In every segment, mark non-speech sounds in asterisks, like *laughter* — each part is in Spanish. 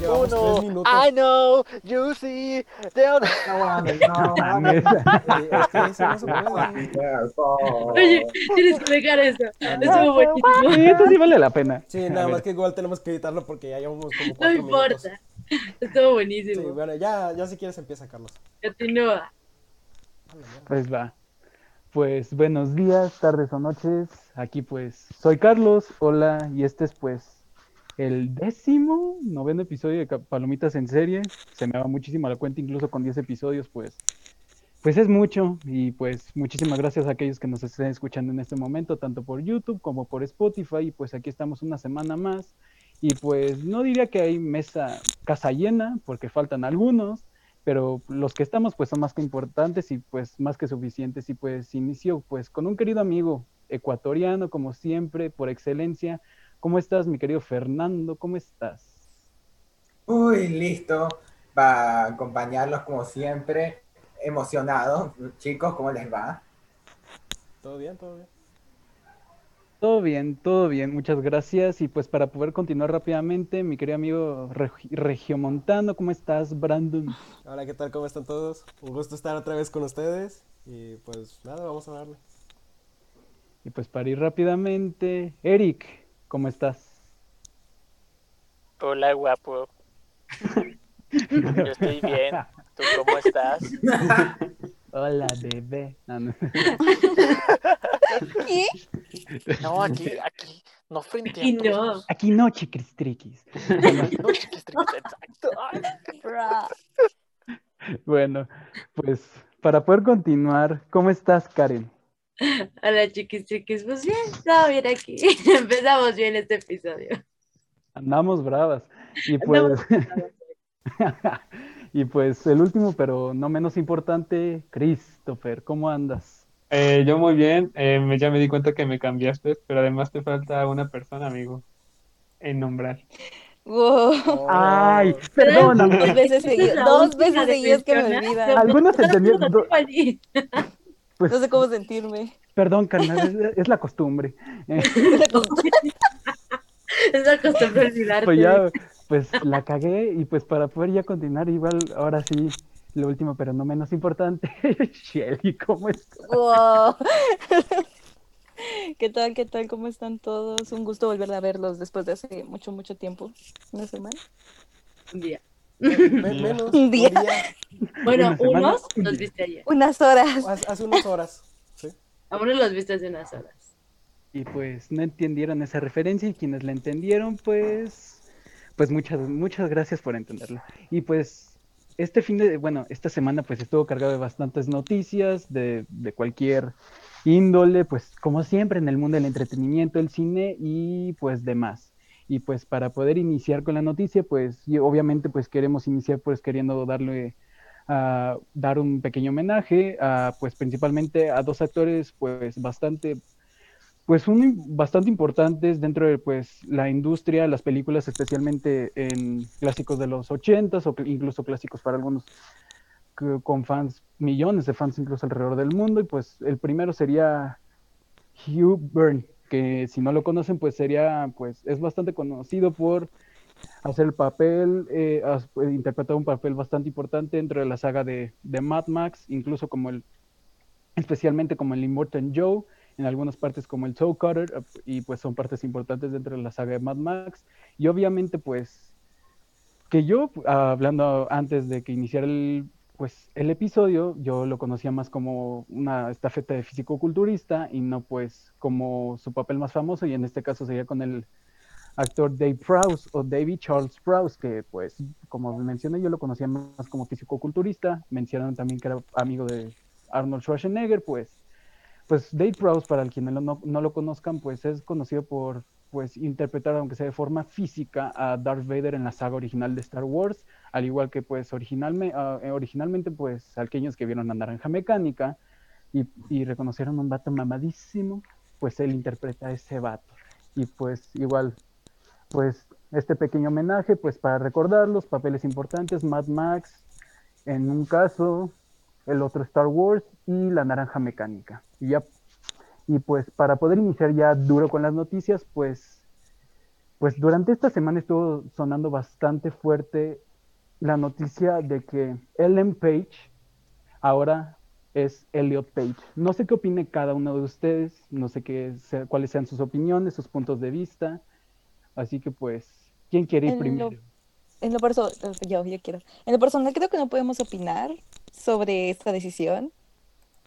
Llevamos tres Uno, minutos. I know, you see, down. No mames, no mames. *laughs* Eh, es que eso no se ah, puede. Oye, tienes que dejar *laughs* eso. Estuvo buenísimo. Sí, esto sí vale la pena. Sí, A nada ver. más que igual tenemos que editarlo porque ya llevamos como No *laughs* cuatro minutos. importa. Estuvo Sí, buenísimo. bueno, ya, ya si quieres empieza, Carlos. Continúa. Pues va. Pues buenos días, tardes o noches. Aquí pues soy Carlos, hola, y este es pues el décimo, noveno episodio de Ca- Palomitas en serie. Se me va muchísimo la cuenta, incluso con 10 episodios, pues. Pues es mucho y pues muchísimas gracias a aquellos que nos estén escuchando en este momento, tanto por YouTube como por Spotify. Y pues aquí estamos una semana más. Y pues no diría que hay mesa casa llena, porque faltan algunos, pero los que estamos pues son más que importantes y pues más que suficientes y pues inició pues con un querido amigo ecuatoriano como siempre por excelencia. ¿Cómo estás mi querido Fernando? ¿Cómo estás? Uy, listo. Para acompañarlos como siempre. Emocionado. Chicos, ¿cómo les va? ¿Todo bien? ¿Todo bien? Todo bien, todo bien, muchas gracias y pues para poder continuar rápidamente, mi querido amigo regi- regiomontano, ¿cómo estás Brandon? Hola, ¿qué tal? ¿Cómo están todos? Un gusto estar otra vez con ustedes. Y pues nada, vamos a darle. Y pues para ir rápidamente, Eric, ¿cómo estás? *laughs* Hola, guapo. Yo estoy bien. ¿Tú cómo estás? Hola bebé. Ah, no. No, aquí, aquí, no frente a Y todos. no. Aquí no, *laughs* chiquistriquis. No, chiquis, triquis, exacto. Ay, Bueno, pues para poder continuar, ¿cómo estás, Karen? Hola, chiquis, chiquis. Pues bien, todo bien aquí. *laughs* Empezamos bien este episodio. Andamos bravas. Y pues, Andamos *laughs* y pues el último, pero no menos importante, Christopher, ¿cómo andas? Eh, yo muy bien, eh, me- ya me di cuenta que me cambiaste, pero además te falta una persona, amigo, en nombrar. *laughs* Wow. Ay, Dos perdóname. veces Esa seguidas, es la dos última veces seguidas que me decepción, ¿eh? olvidan. Algunos entendieron, No, do- *laughs* Tiffany. No pues, sé cómo *laughs* sentirme. perdón, carnal, es, es la costumbre. Eh, Es la costumbre olvidarte. pues ya, pues la cagué y pues para poder ya continuar, igual, ahora sí, lo último, pero no menos importante, *laughs* Shelly, ¿cómo estás? Wow. *laughs* ¿Qué tal? ¿Qué tal? ¿Cómo están todos? Un gusto volver a verlos después de hace mucho, mucho tiempo. ¿Una semana? Un día. Oh, Me- menos. Un día. un día. Bueno, Una semana. unos los viste ayer. Unas horas. Hace, hace unas horas. ¿sí? A unos los viste hace unas horas. Y pues no entendieron esa referencia y quienes la entendieron, pues, pues muchas, muchas gracias por entenderla. Y pues este fin de, bueno, esta semana pues estuvo cargado de bastantes noticias de, de cualquier índole, pues como siempre en el mundo del entretenimiento, el cine y pues demás. Y pues para poder iniciar con la noticia, pues y obviamente pues queremos iniciar pues queriendo darle a dar un pequeño homenaje a pues principalmente a dos actores pues bastante pues un, bastante importantes dentro de pues la industria, las películas especialmente en clásicos de los 80s o cl- incluso clásicos para algunos que- con fans, millones de fans incluso alrededor del mundo y pues el primero sería Hugh Byrne, que si no lo conocen pues sería pues es bastante conocido por hacer el papel, eh, has- eh, interpretar un papel bastante importante dentro de la saga de, de Mad Max, incluso como el especialmente como el Immortan Joe en algunas partes como el Toe Cutter, eh, y pues son partes importantes dentro de la saga de Mad Max. Y obviamente, pues, que yo, pu- ah, hablando antes de que iniciara el, pues, el episodio, yo lo conocía más como una estafeta de físico-culturista y no, pues, como su papel más famoso, y en este caso sería con el actor Dave Prowse o David Charles Prowse, que pues, como mencioné, yo lo conocía más como físico-culturista, mencionaron también que era amigo de Arnold Schwarzenegger, pues, pues Dave Prowse, para el quien no, no- no lo conozcan, pues es conocido por pues interpretar, aunque sea de forma física, a Darth Vader en la saga original de Star Wars, al igual que pues originalme- ah, eh, originalmente pues aquellos que vieron la naranja mecánica y, y reconocieron un vato mamadísimo, pues él interpreta a ese vato. Y pues igual, pues este pequeño homenaje, pues para recordar los papeles importantes, Mad Max, en un caso, el otro Star Wars y la naranja mecánica. Y ya, y pues para poder iniciar ya duro con las noticias, pues pues durante esta semana estuvo sonando bastante fuerte la noticia de que Ellen Page ahora es Elliot Page. No sé qué opine cada uno de ustedes, no sé qué sea- cuáles sean sus opiniones, sus puntos de vista. Así que pues, ¿quién quiere ir Elliot. primero? En lo personal, yo, yo quiero. En lo personal creo que no podemos opinar sobre esta decisión,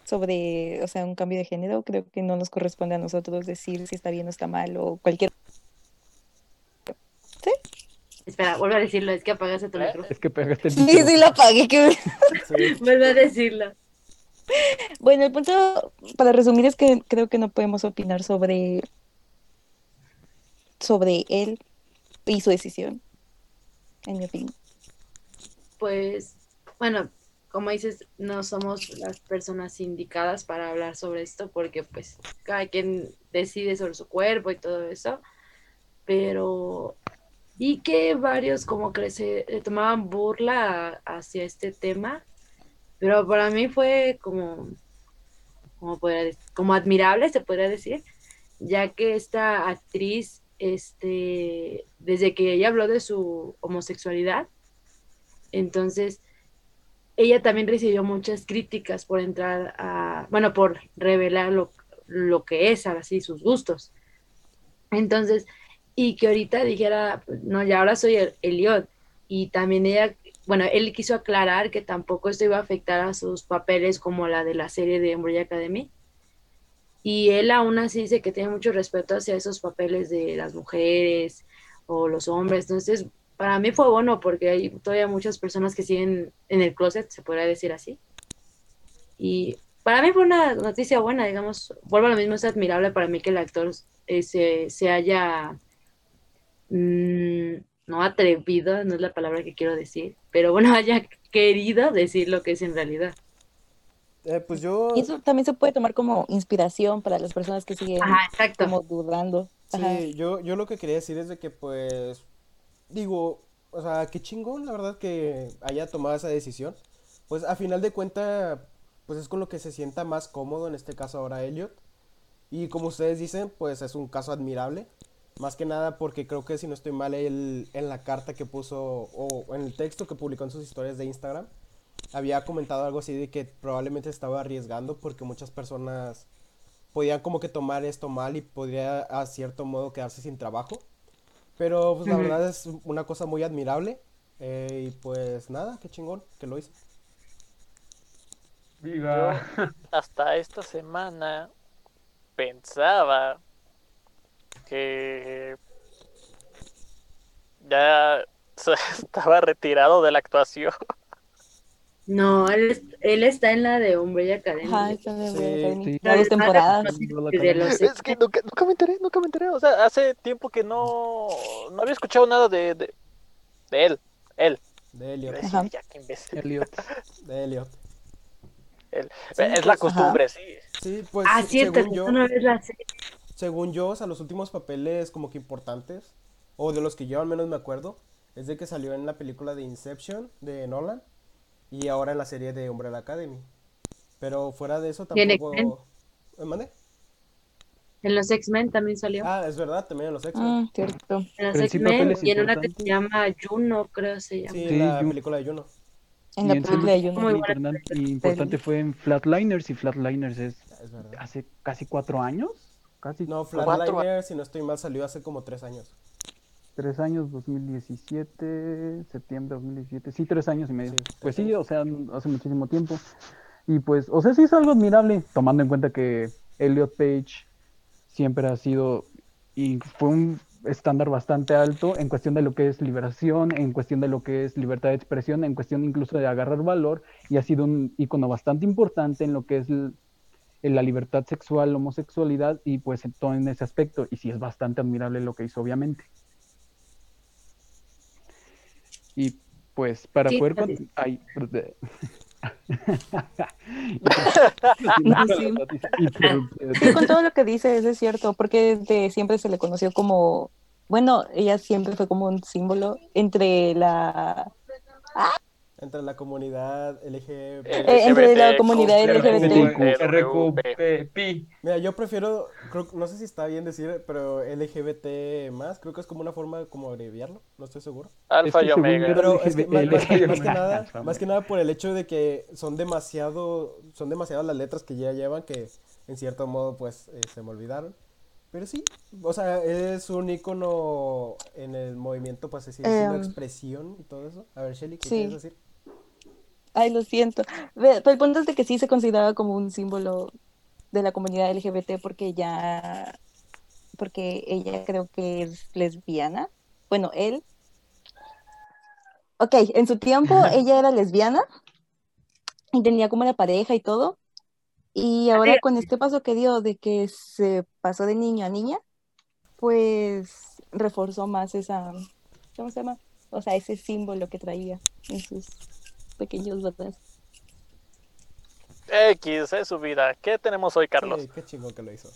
sobre, o sea, un cambio de género. Creo que no nos corresponde a nosotros decir si está bien o está mal o cualquier. Espera, vuelvo a decirlo, es que apagaste tu ¿Eh? micrófono. *laughs* Es que pegaste el Sí, micrófono. sí, la pagué. Que... Sí. Vuelvo a decirlo. Bueno, el punto, para resumir, es que creo que no podemos opinar sobre sobre él y su decisión, en mi opinión. Pues, bueno, como dices, no somos las personas indicadas para hablar sobre esto porque pues cada quien decide sobre su cuerpo y todo eso. Pero y que varios como que se le tomaban burla a- hacia este tema, pero para mí fue como como, podría de- como admirable, se podría decir, ya que esta actriz, este, desde que ella habló de su homosexualidad, entonces ella también recibió muchas críticas por entrar a, bueno, por revelar lo, lo que es, ahora sí, sus gustos. Entonces, y que ahorita dijera, no, ya ahora soy el Eliot. Y también ella, bueno, él quiso aclarar que tampoco esto iba a afectar a sus papeles como la de la serie de Umbrella Academy. Y él aún así dice que tiene mucho respeto hacia esos papeles de las mujeres o los hombres. Entonces, para mí fue bueno porque hay todavía muchas personas que siguen en el closet, se podría decir así. Y para mí fue una noticia buena, digamos, vuelvo a lo mismo, es admirable para mí que el actor eh, se, se haya, mm, no atrevido, no es la palabra que quiero decir, pero bueno, *laughs* haya querido decir lo que es en realidad. Eh, pues yo. Oh. Y eso también se puede tomar como inspiración para las personas que siguen Ajá, exacto. como dudando. Ajá. Sí, yo, yo lo que quería decir es de que pues digo, o sea, qué chingón la verdad que haya tomado esa decisión. Pues a final de cuenta, pues es con lo que se sienta más cómodo, en este caso ahora Elliot. Y como ustedes dicen, pues es un caso admirable. Más que nada porque creo que si no estoy mal, él en la carta que puso o en el texto que publicó en sus historias de Instagram, había comentado algo así de que probablemente estaba arriesgando porque muchas personas podían como que tomar esto mal y podría a cierto modo quedarse sin trabajo. Pero pues la verdad es una cosa muy admirable. eh, y pues nada, qué chingón que lo hizo. Viva. hasta esta semana pensaba que ya *laughs* se- estaba retirado de la actuación. No, él, es- él está en la de Umbrella Academy. Ajá, está de Sí, Academy. sí. Las dos temporadas. De *laughs* los- Es que nunca, nunca me enteré, nunca me enteré. O sea, hace tiempo que no, no había escuchado nada de, de, de él. Él. De Elliot, Ajá. Ya, qué imbécil. Elliot. de Elliot. pues, pues, es la costumbre, Eh, sí. Sí, pues Ah, cierto, según que yo, tú no ves la serie. según yo, o sea, los últimos papeles como que importantes, o de los que yo al menos me acuerdo, es de que salió en la película de Inception de Nolan y ahora en la serie de Umbrella Academy. Pero fuera de eso Y en tampoco... X-Men. ¿Eh, mande? En los X-Men también salió. Ah, es verdad, también en los X-Men. Ah, cierto. en los pero sí X-Men papeles y en una que se importantes. llama Juno, creo se llama. Sí, Sí, la yo- película de Juno. En Y la en película de series Juno. Muy muy buena importante, película. importante fue en Flatliners y Flatliners es Es verdad. hace casi cuatro años, casi No, Cuatro- Flatliners, si no estoy mal, salió hace como tres años. tres años, 2017, septiembre 2017, sí, tres años y medio. Sí, tres pues sí, años. o sea, hace muchísimo tiempo. Y pues, o sea, sí es algo admirable, tomando en cuenta que Elliot Page siempre ha sido y fue un estándar bastante alto en cuestión de lo que es liberación, en cuestión de lo que es libertad de expresión, en cuestión incluso de agarrar valor, y ha sido un icono bastante importante en lo que es l- en la libertad sexual, homosexualidad, y pues en todo en ese aspecto, y sí es bastante admirable lo que hizo, obviamente. Y pues para Sí, poder... gracias. con- ay, perdón. *laughs* Sí. Y por- Sí, con todo lo que dices es cierto, porque desde siempre se le conoció como, bueno, ella siempre fue como un símbolo entre la entre la comunidad LGBT. Eh, entre la LGBT, comunidad LGBT. RQP. Mira, yo prefiero, creo, no sé si está bien decir, pero LGBT más, creo que es como una forma como abreviarlo, no estoy seguro. Alfa y Es que según Omega. yo era- Pero es que más, más que, LGBT+. más *laughs* que nada, Alfa, más que nada por el hecho de que son demasiado, son demasiadas las letras que ya llevan que en cierto modo pues eh, se me olvidaron. Pero sí, o sea, es un icono en el movimiento, pues así diciendo Em. expresión y todo eso. A ver, Shelly, ¿qué Sí. quieres decir? Ay, lo siento. Ve- Pero el punto es de que sí se consideraba como un símbolo de la comunidad LGBT porque ya, porque ella creo que es lesbiana. Bueno, él. Ok, en su tiempo ella era lesbiana y tenía como la pareja y todo. Y ahora con este paso que dio de que se pasó de niño a niña, pues reforzó más esa, ¿cómo se llama? O sea, ese símbolo que traía en sus pequeños botones. X es su vida. ¿Qué tenemos hoy, Carlos? Eh, qué chingón que lo hizo.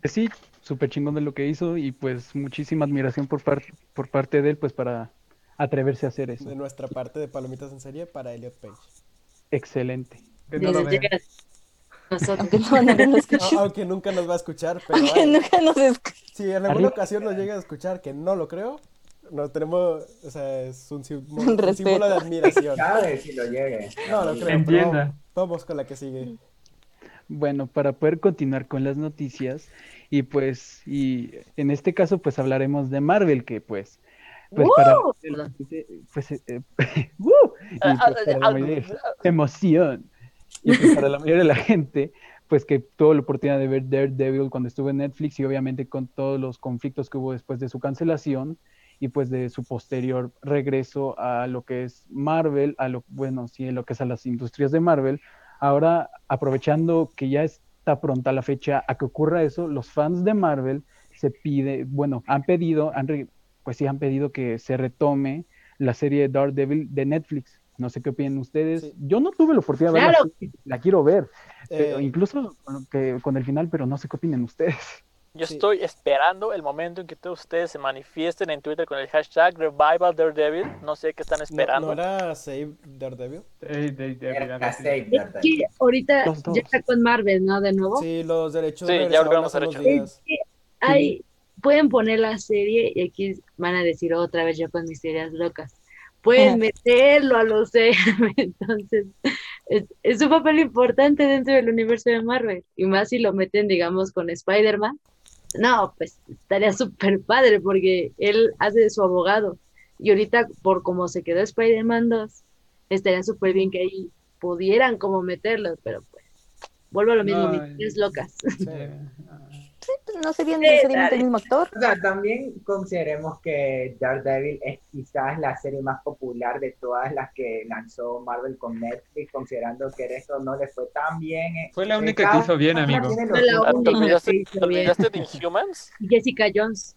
Pues sí, súper chingón de lo que hizo y pues muchísima admiración por, par- por parte de él pues para atreverse a hacer De eso. nuestra parte de Palomitas en serie para Elliot Page. *laughs* Excelente. Que no lo Desde vean. que nosotros. *laughs* Aunque no, *laughs* no nos escuches. *laughs* A- Aunque nunca nos va a escuchar, pero Aunque vaya, nunca nos escuches. si en alguna Arriba. ocasión nos llega a escuchar, que no lo creo, nos tenemos, o sea, es un, sim- un *laughs* respeto. símbolo de admiración. ¿Sabes si lo llegue? No lo creo, pero Entienda. vamos- vamos con la que sigue. Bueno, para poder continuar con las noticias y pues y en este caso pues hablaremos de Marvel que pues pues para ¡Woo! Marvel, pues, eh, *laughs* eh, ¡woo! Y, ¡Uh! Ah, ah, pues, para ah, la mayoría- emoción y pues, para la mayoría de la gente pues que tuvo la oportunidad de ver Daredevil cuando estuvo en Netflix y obviamente con todos los conflictos que hubo después de su cancelación y pues de su posterior regreso a lo que es Marvel, a lo bueno, sí, lo que es a las industrias de Marvel, Ahora, aprovechando que ya está pronta la fecha a que ocurra eso, los fans de Marvel se pide, bueno, han pedido, han re- pues sí, han pedido que se retome la serie de Daredevil de Netflix. No sé qué opinan ustedes. Sí. Yo no tuve la oportunidad de verla, Claro. sí, la quiero ver, pero Eh, incluso con, lo que- con el final, pero no sé qué opinan *laughs* ustedes. Yo Sí. estoy esperando el momento en que todos ustedes se manifiesten en Twitter con el hashtag Revival Daredevil. No sé qué están ¿no, no esperando. era Save Daredevil? Ey, de- de- Era de- la de- safe, Es ¿verdad? que ahorita Los dos. ya está con Marvel, ¿no? De nuevo. Sí, los derechos Sí, ya regresaron volvemos hace a unos derechos. días. Ay, pueden poner la serie y aquí van a decir otra vez yo con mis teorías locas. Ajá. Pueden meterlo a los *laughs* Entonces, es, es un papel importante dentro del universo de Marvel. Y más si lo meten, digamos, con Spider-Man. No, pues estaría súper padre porque él hace de su abogado. Y ahorita, por cómo se quedó Spider-Man 2, estaría súper bien que ahí pudieran como meterlo, pero pues vuelvo a lo mismo, No, mis eh. teorías locas. *laughs* de- No sería necesariamente el mismo actor. O sea, también consideremos que Daredevil es quizás la serie más popular de todas las que lanzó Marvel con Netflix, considerando que esto no le fue tan bien. eh. Fue la Eh, única que cada- hizo bien, cada amigo. tiene Fue la suyos. Ah, ¿Te olvidaste, Sí, te olvidaste de Inhumans? Jessica Jones.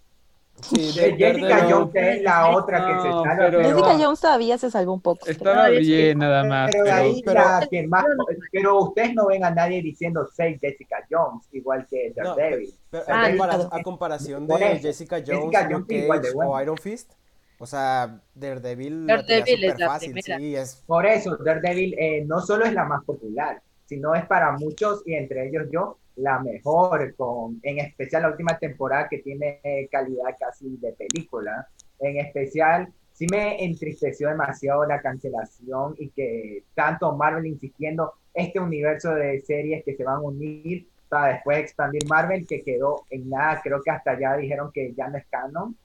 Sí, Eh, Jessica Daredevil. Jones es la otra que se No, está pero- logrando. Jessica Jones todavía se salvó un poco. creo. Estaba Todavía sí. bien, nada más. Pero de pero- ahí pero- la que más. Pero ustedes no ven a nadie diciendo seis Jessica Jones, igual que No, Daredevil. Pero Ah, a, compara- claro. a comparación de Por eso, Jessica Jones, Jessica Jones Luke es igual de Cage buena. o Iron Fist, o sea, Daredevil la tenía Daredevil es súper la fácil, primera. sí, es Por eso, Daredevil eh, no solo es la más popular, sino es para muchos, y entre ellos yo, la mejor, con, en especial la última temporada que tiene eh, calidad casi de película. En especial, sí me entristeció demasiado la cancelación y que tanto Marvel insistiendo este universo de series que se van a unir para después expandir Marvel, que quedó en nada, creo que hasta ya dijeron que ya no es canon.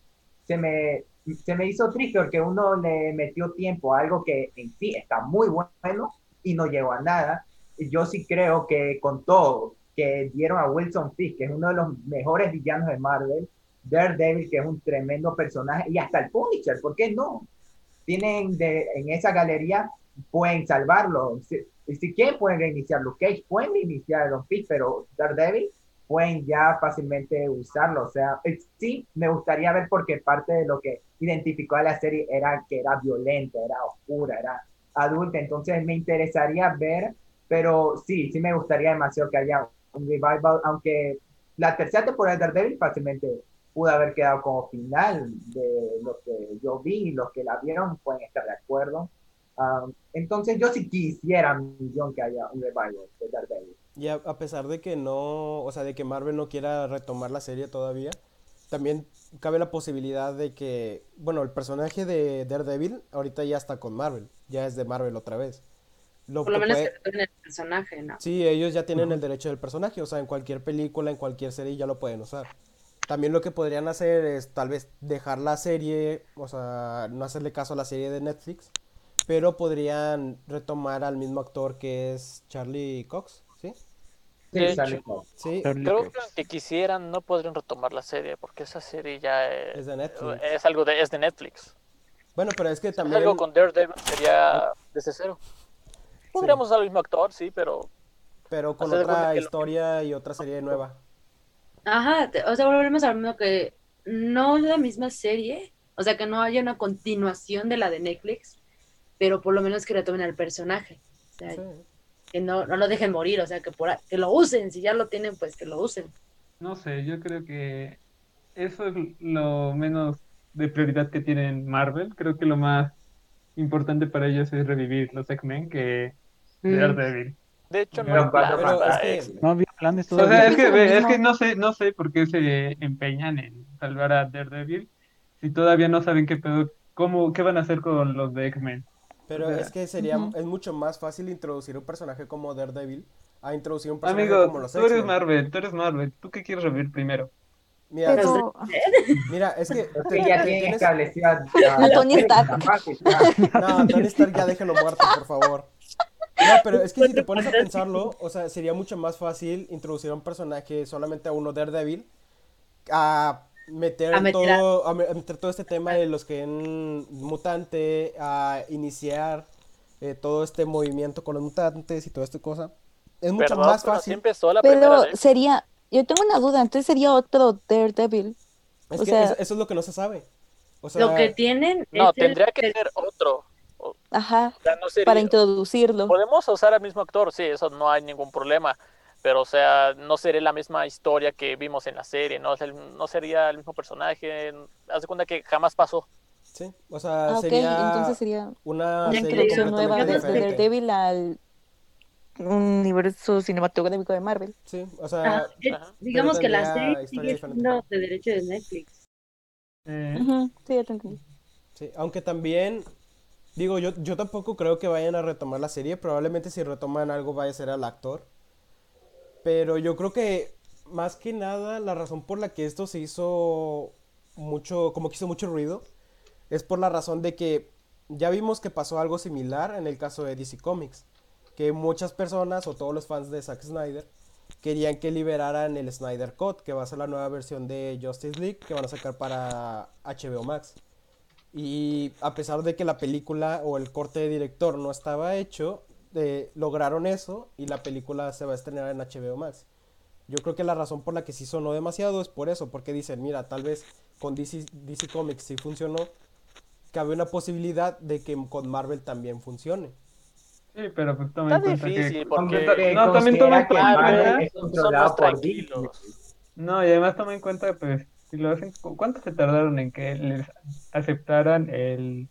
Se me, se me hizo triste porque uno le metió tiempo a algo que en sí está muy bueno y no llegó a nada. Y Yo sí creo que con todo que dieron a Wilson Fisk, que es uno de los mejores villanos de Marvel, Daredevil, que es un tremendo personaje, y hasta el Punisher, ¿por qué no? Tienen de- en esa galería, pueden salvarlo. Si, y si quieren, pueden reiniciar Luke Cage, pueden reiniciar a Iron Fist, pero Daredevil pueden ya fácilmente usarlo. O sea, eh, sí, me gustaría ver porque parte de lo que identificó a la serie era que era violenta, era oscura, era adulta. Entonces me interesaría ver, pero sí, sí me gustaría demasiado que haya un revival, aunque la tercera temporada de Daredevil fácilmente pudo haber quedado como final de lo que yo vi y los que la vieron pueden estar de acuerdo. Um, entonces yo sí quisiera un millón que haya un revival de Daredevil. Y a, a pesar de que no, o sea, de que Marvel no quiera retomar la serie todavía, también cabe la posibilidad de que, bueno, el personaje de Daredevil ahorita ya está con Marvel, ya es de Marvel otra vez. Lo Por lo que menos puede- que retomen el personaje, ¿no? Sí, ellos ya tienen el derecho del personaje, o sea, en cualquier película, en cualquier serie ya lo pueden usar. También lo que podrían hacer es tal vez dejar la serie, o sea, no hacerle caso a la serie de Netflix, pero podrían retomar al mismo actor que es Charlie Cox, ¿sí? Sí, De sale hecho. con- Sí, Charlie Creo Cox. que aunque quisieran, no podrían retomar la serie, porque esa serie ya es, es de Netflix. es algo de, es de Netflix. Bueno, pero es que Es también... Eh, Ah. algo con Daredevil sería desde cero. Podríamos usar al mismo actor, sí, pero Pero con Hacer de cuenta otra que lo- historia y otra serie nueva. Ajá, te- o sea, volvemos al mismo que no es la misma serie, o sea, que no haya una continuación de la de Netflix, pero por lo menos que retomen al personaje. O sea, Sí. que no, no lo dejen morir, o sea, que, por, a- que lo usen, si ya lo tienen, pues que lo usen. No sé, yo creo que eso es lo menos de prioridad que tienen Marvel. Creo que lo más importante para ellos es revivir los X-Men que Mm. Mm. Daredevil. de hecho no Pero hay eh, plan Pero para es X. que, No había planes O sea, todavía. es que, pienso lo ve, es mismo. que no sé, no sé por qué se empeñan en salvar a Daredevil si todavía no saben qué pedo, cómo, qué van a hacer con los de X-Men. pero o sea, es que sería, ujú. es mucho más fácil introducir un personaje como Daredevil a introducir un personaje Amigo, como los tú eres X-Men. Marvel, tú eres Marvel, ¿tú qué quieres revivir primero? Mira, Pero mira, es que te- Porque ya te tienen tienes- establecida la, la Tony película, Stark. más, está- No, Tony Stark ya déjelo muerto, por favor. No, pero es que si te pones a pues, pensarlo, o sea, sería mucho más fácil introducir a un personaje solamente a uno Daredevil a meter, A meter a- todo, a me- a meter todo este tema de los que en mutante, a iniciar eh, todo este movimiento con los mutantes y toda esta cosa. Es mucho Perdón, más pero así fácil. empezó la primera Pero vez. sería, yo tengo una duda, entonces sería otro Daredevil. Es o que sea- eso, eso es lo que no se sabe. O sea, lo que tienen No, es el- tendría que ser otro. Ajá, O sea, no sería- para introducirlo. Podemos usar al mismo actor, sí, eso no hay ningún problema. Pero, o sea, no sería la misma historia que vimos en la serie, no, Es el- no sería el mismo personaje. Haz de cuenta que jamás pasó. sí, o sea, Ah, ok, sería entonces sería una Una serie introducción introducción nueva completamente de desde diferente. Daredevil al universo cinematográfico de Marvel. Sí, o sea, Ajá, es- Ajá. digamos que la tendría serie historia sigue diferente. siendo de derecho de Netflix. Eh, Ujú, Sí, ya te entendí. Sí, aunque también, digo, yo, yo tampoco creo que vayan a retomar la serie, probablemente si retoman algo vaya a ser al actor. Pero yo creo que más que nada la razón por la que esto se hizo mucho, como que hizo mucho ruido, es por la razón de que ya vimos que pasó algo similar en el caso de DC Comics, que muchas personas o todos los fans de Zack Snyder querían que liberaran el Snyder Cut, que va a ser la nueva versión de Justice League que van a sacar para HBO Max. Y a pesar de que la película o el corte de director no estaba hecho, eh, lograron eso y la película se va a estrenar en HBO Max. Yo creo que la razón por la que sí sonó demasiado es por eso, porque dicen, mira, tal vez con DC, DC Comics sí funcionó, cabe una posibilidad de que con Marvel también funcione. sí, pero pues Está toma en cuenta que... difícil Hombre, porque No, también toma considera en que cuenta- Marvel Marvel es son controlado más por tranquilos. Disney. No, y además toma en cuenta, pues, si lo hacen, ¿cu- ¿cuánto se tardaron en que les aceptaran el,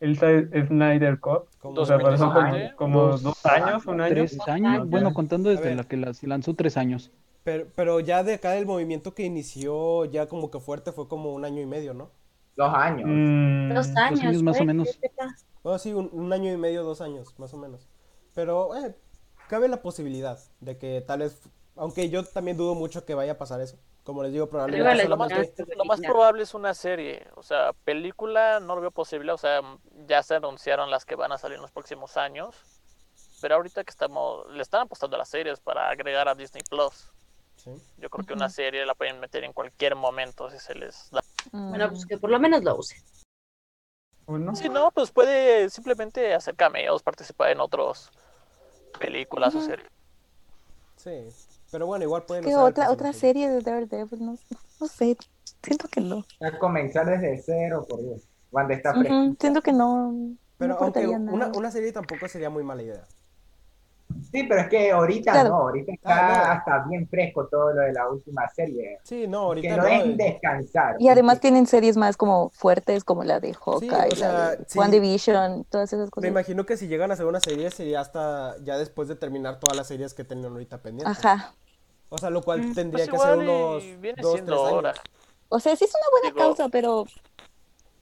el Sa- Snyder Cut? Como- O sea, pasó como, 2017, como dos, dos años, un año. Tres años, bueno, contando A ver. desde la que las lanzó tres años. Pero, pero ya de acá el movimiento que inició ya como que fuerte fue como un año y medio, ¿no? Dos años. Mm, Dos años. años más o güey, menos. ¿qué te pasa? Bueno, sí, un, un año y medio, dos años, más o menos. Pero eh, cabe la posibilidad de que tal vez, aunque yo también dudo mucho que vaya a pasar eso. Como les digo, probablemente Arriba la lo más, solamente... esperanza, lo más güey, ya. probable es una serie. O sea, película no lo veo posible. O sea, ya se anunciaron las que van a salir en los próximos años. Pero ahorita que estamos, le están apostando a las series para agregar a Disney Plus. sí. Yo creo que una serie la pueden meter en cualquier momento si se les da. Bueno, Mm. pues que por lo menos *laughs* lo usen. *laughs* ¿o no? Si no, pues puede simplemente hacer cameos, participar en otros películas o Ujú. series. Sí, pero bueno, igual pueden que usar el otra, otra personaje. serie de Daredevil, no, no sé, siento que no. A comenzar desde cero, por Dios. Cuando está fresco. Ujú, Siento que no. Pero no aunque aportaría una, nada. una serie tampoco sería muy mala idea. Sí, pero es que ahorita Claro. no, ahorita está Ah, no. hasta bien fresco todo lo de la última serie. Sí, no, ahorita que no, no, eh. es descansar. Y además porque- tienen series más como fuertes, como la de Hawkeye, o sea, la de sí. WandaVision, todas esas Me cosas. imagino que si llegan a hacer una serie sería hasta ya después de terminar todas las series que tenían ahorita pendientes. Ajá. O sea, lo cual Mm, tendría pues que hacer igual y unos viene dos, siendo tres años. ahora. O sea, sí es una buena Digo- causa, pero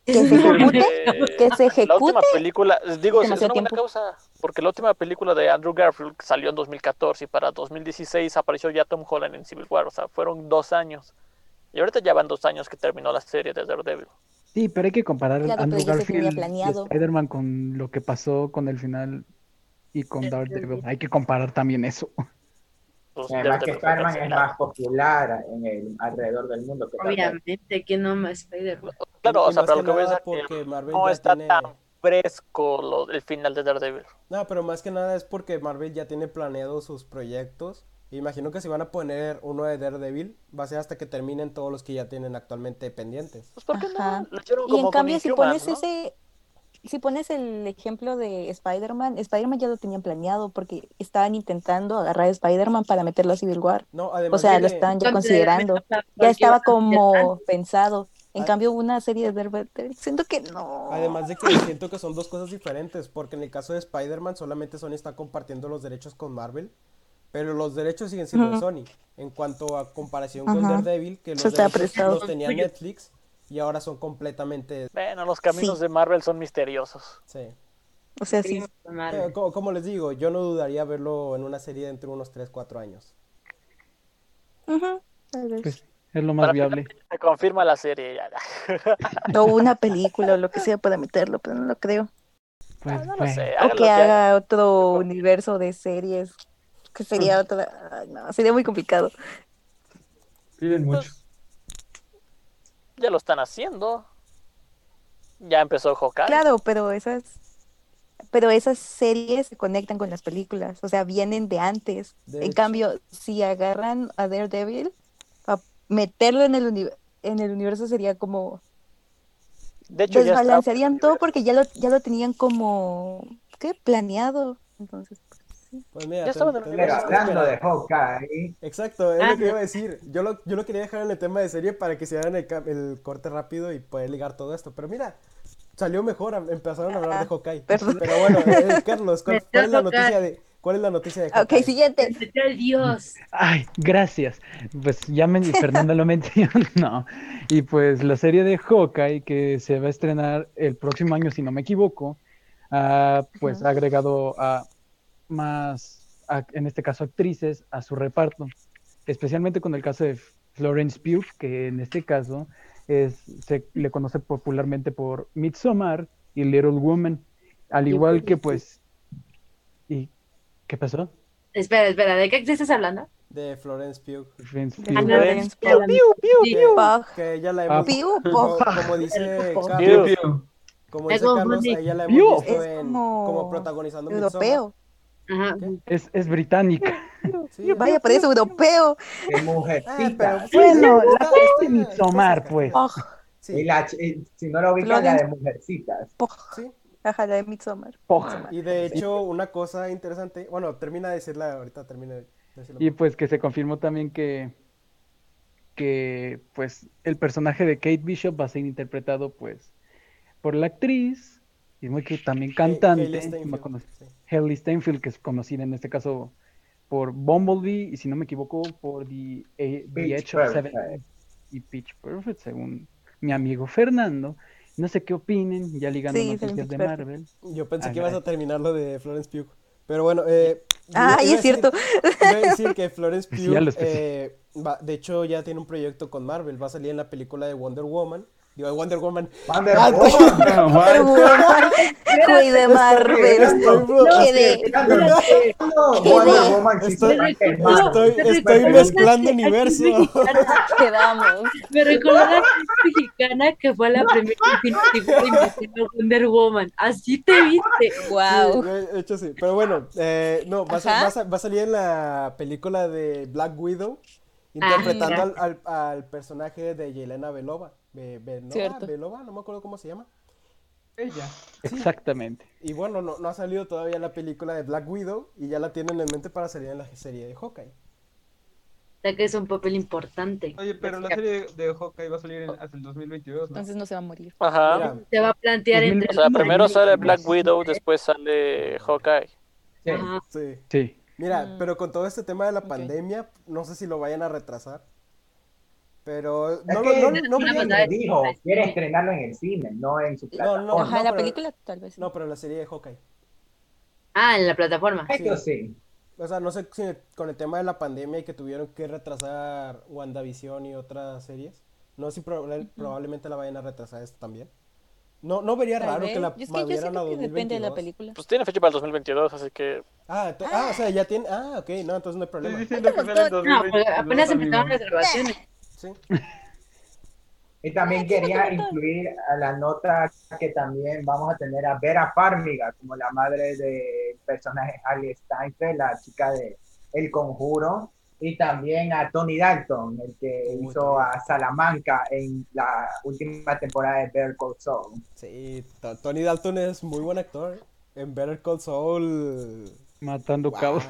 Es se una ejecute, buena- Porque que se Eh, La última ejecute. película, digo, es una Demasiado buena tiempo. causa, porque la última película de Andrew Garfield salió en 2014 y para 2016 apareció ya Tom Holland en Civil War, o sea, fueron dos años. Y ahorita ya van dos años que terminó la serie de Daredevil. Sí, pero hay que comparar Claro, Andrew pero ya se tenía Garfield y planeado. Spider-Man con lo que pasó con el final y con Daredevil. Hay que comparar también eso. Pues, Además que Daredevil fue Spider-Man es cancelado. más popular en el, alrededor del mundo que Dark Knight. Obviamente, que no más Spider-Man. Claro, Y- o y sea, más pero que lo que voy nada es que porque Marvel no ya está tiene... tan fresco lo- el final de Daredevil. No, pero más que nada es porque Marvel ya tiene planeados sus proyectos. Imagino que si van a poner uno de Daredevil, va a ser hasta que terminen todos los que ya tienen actualmente pendientes. Pues, ¿por qué Ajá. no? Lo hicieron Y como en con cambio, si Inhumans, pones ¿no? ese, si pones el ejemplo de Spider-Man, Spider-Man ya lo tenían planeado porque estaban intentando agarrar a Spider-Man para meterlo a Civil War. No, O además sea, de lo que- están ya Considerando, considerando. o sea, Ya porque estaba iban a hacer como antes. pensado. En Ah. cambio, una serie de Daredevil, siento que no. Además de que siento que son dos cosas diferentes, porque en el caso de Spider-Man solamente Sony está compartiendo los derechos con Marvel, pero los derechos siguen siendo de Ujú. Sony. En cuanto a comparación con Ajá. Daredevil, que los Eso está derechos prestado. los tenía Netflix y ahora son completamente... Bueno, los caminos Sí. de Marvel son misteriosos. Sí. O sea, sí. Pero co- como, les digo, yo no dudaría verlo en una serie dentro de unos 3, 4 años. Ujú, tal vez. Pues *laughs* es lo más Para viable. Se confirma la serie ya. O una película o lo que sea para meterlo, pero no lo creo. Pues, Ah, no lo bueno. sé. O hagan lo que que hagan. haga otro universo de series. Que sería otra. ay, no, sería muy complicado. Piden mucho. Pues, ya lo están haciendo. Ya empezó Hawkeye. Claro, pero esas. Pero esas series se conectan con las películas. O sea, vienen de antes. De en hecho. cambio, si agarran a Daredevil, a meterlo en el, uni- en el universo sería como. De hecho, ya está. Desbalancearían todo porque ya lo, ya lo tenían como. ¿Qué? Planeado. Entonces. Pues mira, Ya ten- saben el tendremos Pero que hablando de esperar. Hawkeye, Exacto, es Ah. lo que iba a decir. Yo lo, yo lo quería dejar en el tema de serie para que se hagan el, ca- el corte rápido y poder ligar todo esto. Pero mira, salió mejor, am- empezaron a hablar de Ah, Hawkeye. perdón. Pero bueno, eh, Carlos, ¿cuál, *laughs* Metió cuál es la Hawkeye. noticia de, ¿cuál es la noticia de Ok, Hawkeye? siguiente. Dios. Ay, gracias. Pues ya *laughs* me, Fernando lo *laughs* mencionó. Y pues la serie de Hawkeye que se va a estrenar el próximo año, si no me equivoco, ah, pues Ujú. ha agregado a más, a- en este caso actrices, a su reparto. Especialmente con el caso de Florence Pugh, que en este caso es, se le conoce popularmente por Midsommar y Little Woman. Al igual que pues... ¿Y qué pasó? Espera, espera, ¿de qué te estás hablando? De Florence Pugh. Florence Ah, Pugh. no, Florence Lorenz, Pugh. Piu, piu, Sí. piu. Pog, Que ya la Ah, hemos... Piu, Como, Pog. como dice Pog. Carlos, Piu, piu. como dice Algo Carlos, bonito. a ella la Piu. hemos visto Es en, como como protagonizando Midsommar. Europeo. Ajá. ¿Qué? Es, es británica. Sí, es- Vaya, parece europeo. de Ah, mujercita. pero Bueno, sí, la está- puedes está- Midsommar, está cerca, pues. está Pog, cerca. Y Sí, la, ch- y si no lo ubican, la de mujercitas. Pog. sí. Ajá, la de Midsommar. Pog. Y de hecho, una cosa interesante, bueno, termina de decirla ahorita, termina de decirlo. Y pues que se confirmó también que, que pues el personaje de Kate Bishop va a ser interpretado pues por la actriz y muy que también Hailey cantante, Steinfeld, más cono- sí. Hailey Steinfeld, que es conocida en este caso por Bumblebee y si no me equivoco por The, eh, The Pitch Edge of Perfect. Seven y Pitch Perfect, según mi amigo Fernando. No sé qué opinen, ya ligando Sí, según noticias Pitch de Perfect. Marvel. Yo pensé Ah, que ibas a caray. terminar lo de Florence Pugh. Pero bueno, eh, Ah, iba- iba a y es decir- cierto. Iba a decir que Florence *laughs* Sí, Pugh, ya lo especificé. eh, va- de hecho, ya tiene un proyecto con Marvel. Va a salir en la película de Wonder Woman. Digo, de Wonder Woman. Wonder Ah, Woman. Ah, *laughs* Pero guay. bueno, *laughs* güey de Marvel. *laughs* Estoy, bro, Quedé. No, Wonder Woman sí Estoy- se va a quemar. estoy, Pero estoy recuerda mezclando que aquí universos. es mexicana. Quedamos. Me recuerda que es mexicana que fue la primera Infinity War invitando a Wonder Woman. Así te viste. Sí, Wow. de hecho sí. Pero bueno, eh, no, va a, sa- Ajá. va a sa- va a salir en la película de Black Widow interpretando Ah, al, al- al personaje de Yelena Belova. Be- Benova, Cierto. Belova, no me acuerdo cómo se llama. Ella. Exactamente. Y bueno, no, no ha salido todavía la película de Black Widow y ya la tienen en mente para salir en la serie de Hawkeye. Ya que es un papel importante. Oye, pero la serie de, de Hawkeye va a salir en- Oh. hasta el 2022, ¿no? Entonces no se va a morir. Ajá. Ah. Mira, Se va a plantear entre... o sea, primero sale Black Sí. Widow, después sale Hawkeye. Sí. Ajá. sí. Sí. Mira, Mm. pero con todo este tema de la Ok. pandemia, no sé si lo vayan a retrasar. Pero Es no, que no, no, es no una brillan. pantalla. Él dijo, quiere estrenarlo en el cine, no en su No, plataforma. no, Ajá, la pero- película tal vez. No, pero la serie de Hawkeye. Ah, en la plataforma. Eso sí. O sea, no sé si con el tema de la pandemia y que tuvieron que retrasar WandaVision y otras series. No sé si proba- probablemente la vayan a retrasar esta también. No, no vería Tal raro que vez. la Yo es que yo movieran a siento que depende de la 2022. película. Pues tiene fecha para el 2022, así que Ah, ento- ah, o sea, ya tiene. Ah, ok, no, entonces no hay Estoy problema. diciendo que sale en No, porque 2022, apenas empezaron las amigo. grabaciones. Sí. Y también quería incluir a la nota que también vamos a tener a Vera Farmiga como la madre del personaje Ali Steinfeld, la chica de El Conjuro, y también a Tony Dalton, el que Uy, hizo Tony. a Salamanca en la última temporada de Better Call Saul. Sí, To- Tony Dalton es muy buen actor. En Better Call Saul. Matando wow. cabos. *laughs*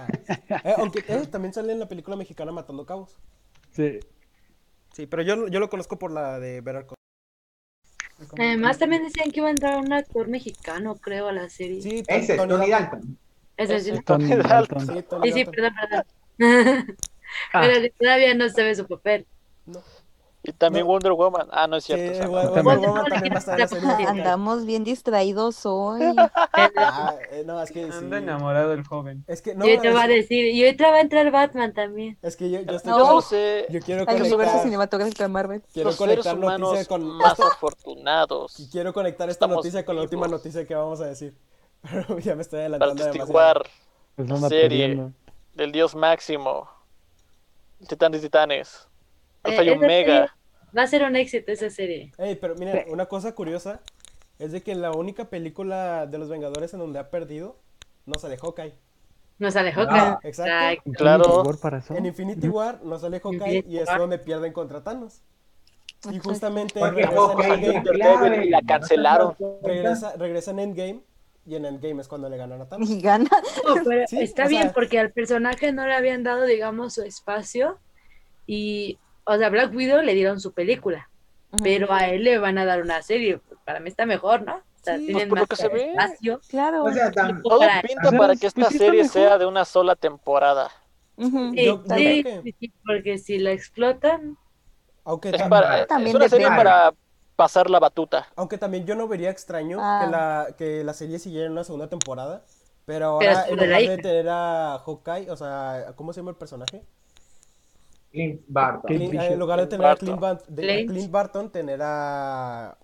Eh, aunque eh, también sale en la película mexicana Matando Cabos. Sí. Sí, pero yo, yo lo conozco por la de Better Call Además, también decían que iba a entrar un actor mexicano, creo, a la serie. Saul. Sí, Ton- Ese, Tony Dalton. Eso sí. Ese. Tony Tony Dalton. Sí, Tony Sí, sí, Dalton. perdón, perdón. *laughs* Ah. Pero que todavía no se ve su papel. y también No. Wonder Woman. Ah, no es cierto. Sí, o sea, Wonder También. Woman Wonder Woman también va a estar en la serie mexicana. Andamos bien distraídos *laughs* hoy. Ah, eh, no, es que sí. Anda enamorado el joven. Es que no, y ahorita va a es, decir, y ahorita va a entrar Batman también. es que yo, yo estoy Yo No. no con- sé. yo quiero Al universo conectar, cinematográfico de Marvel. quiero los seres conectar noticia humanos con *laughs* más afortunados y quiero conectar esta Estamos noticia con la última vivos. noticia que vamos a decir. *laughs* Pero ya me estoy para adelantando demasiado. testiguar Pues La van a serie. perdiendo. del dios máximo. Titanes titanes. Alfa y Eh, esa Omega. Pues, Va a ser un éxito esa serie. Ey, pero miren, una cosa curiosa es de que la única película de los Vengadores en donde ha perdido no sale Hawkeye. No sale Hawkeye. Ah, exacto. Entonces, Claro. por favor, para eso. En Infinity War no sale Hawkeye Infinity y es War. donde pierden contra Thanos. Y justamente Porque regresan en Hawkeye es Endgame, clave. Y la cancelaron. regresa, regresa en Endgame y en Endgame es cuando le ganan a Thanos. *laughs* Y gana. No, pero Sí, está o bien sea- porque al personaje no le habían dado, digamos, su espacio y, o sea, Black Widow le dieron su película, pero a él le van a dar una serie. Para mí está mejor, ¿no? O sea, Sí, pues, tienen por lo más que se ve. espacio. Claro. O sea, tam- Todo Para- pinta Ajá, para que esta pues sí está serie mejor. sea de una sola temporada. Ujú. Sí, Yo- yo sí, creo que- sí, porque si la explotan, Aunque Es, tam- para, También es una serie depende. para pasar la batuta. Aunque también yo no vería extraño Ah. que, la, que la serie siguiera en una segunda temporada. Pero ahora, sobre en la lugar de hija. tener a Hawkeye, o sea, ¿cómo se llama el personaje? Clint Barton. Clint Clin- Bishop. en lugar de Clint tener a Barton. Clint, Ban- de- a Clint. Clint Barton, tener a,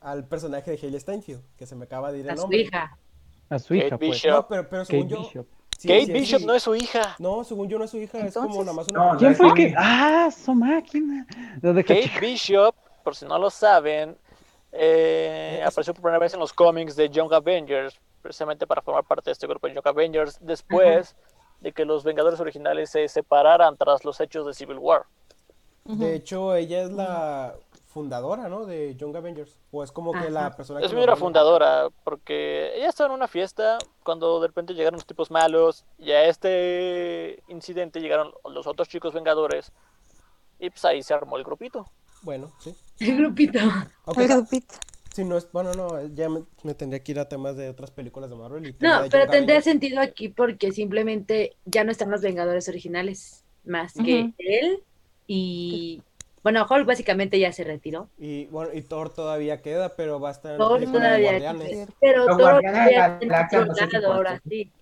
al personaje de Haley Steinfeld, que se me acaba de ir el a su nombre. hija. *laughs* A su Kate hija, pues. Bishop. No, pero, pero según Kate yo. Bishop. sí, Kate sí, Bishop sí. no es *laughs* su hija. No, según yo no es su hija, es como Entonces- nada más No, una. no ¿Quién fue Ah. que.? ¡Ah, su máquina! La de Kate Cachi- Bishop, por si no lo saben, eh, Eh, es- apareció por primera vez en los cómics de Young Avengers, precisamente para formar parte de este grupo de Young Avengers, después de que los Vengadores originales se separaran tras los hechos de Civil War. De hecho, ella es la fundadora, ¿no? De Young Avengers. O es como que la Ajá. persona Es que. muy lo- una fundadora, porque ella estaba en una fiesta cuando de repente llegaron los tipos malos y a este incidente llegaron los otros chicos Vengadores y pues ahí se armó el grupito. Bueno, sí. El grupito. Aunque El ta- grupito. Sí, no es, bueno, no, ya me, me tendría que ir a temas de otras películas de Marvel y tema No, de pero John tendría Carpenter. sentido aquí porque simplemente ya no están los Vengadores originales, más que Ujú. él y... Bueno, Hulk básicamente ya se retiró, Y bueno, y Thor todavía queda, pero va a estar en la Thor película de todavía Guardianes. pero Los todo Guardianes de la ya está Galaxia no sé si controlado ahora sí.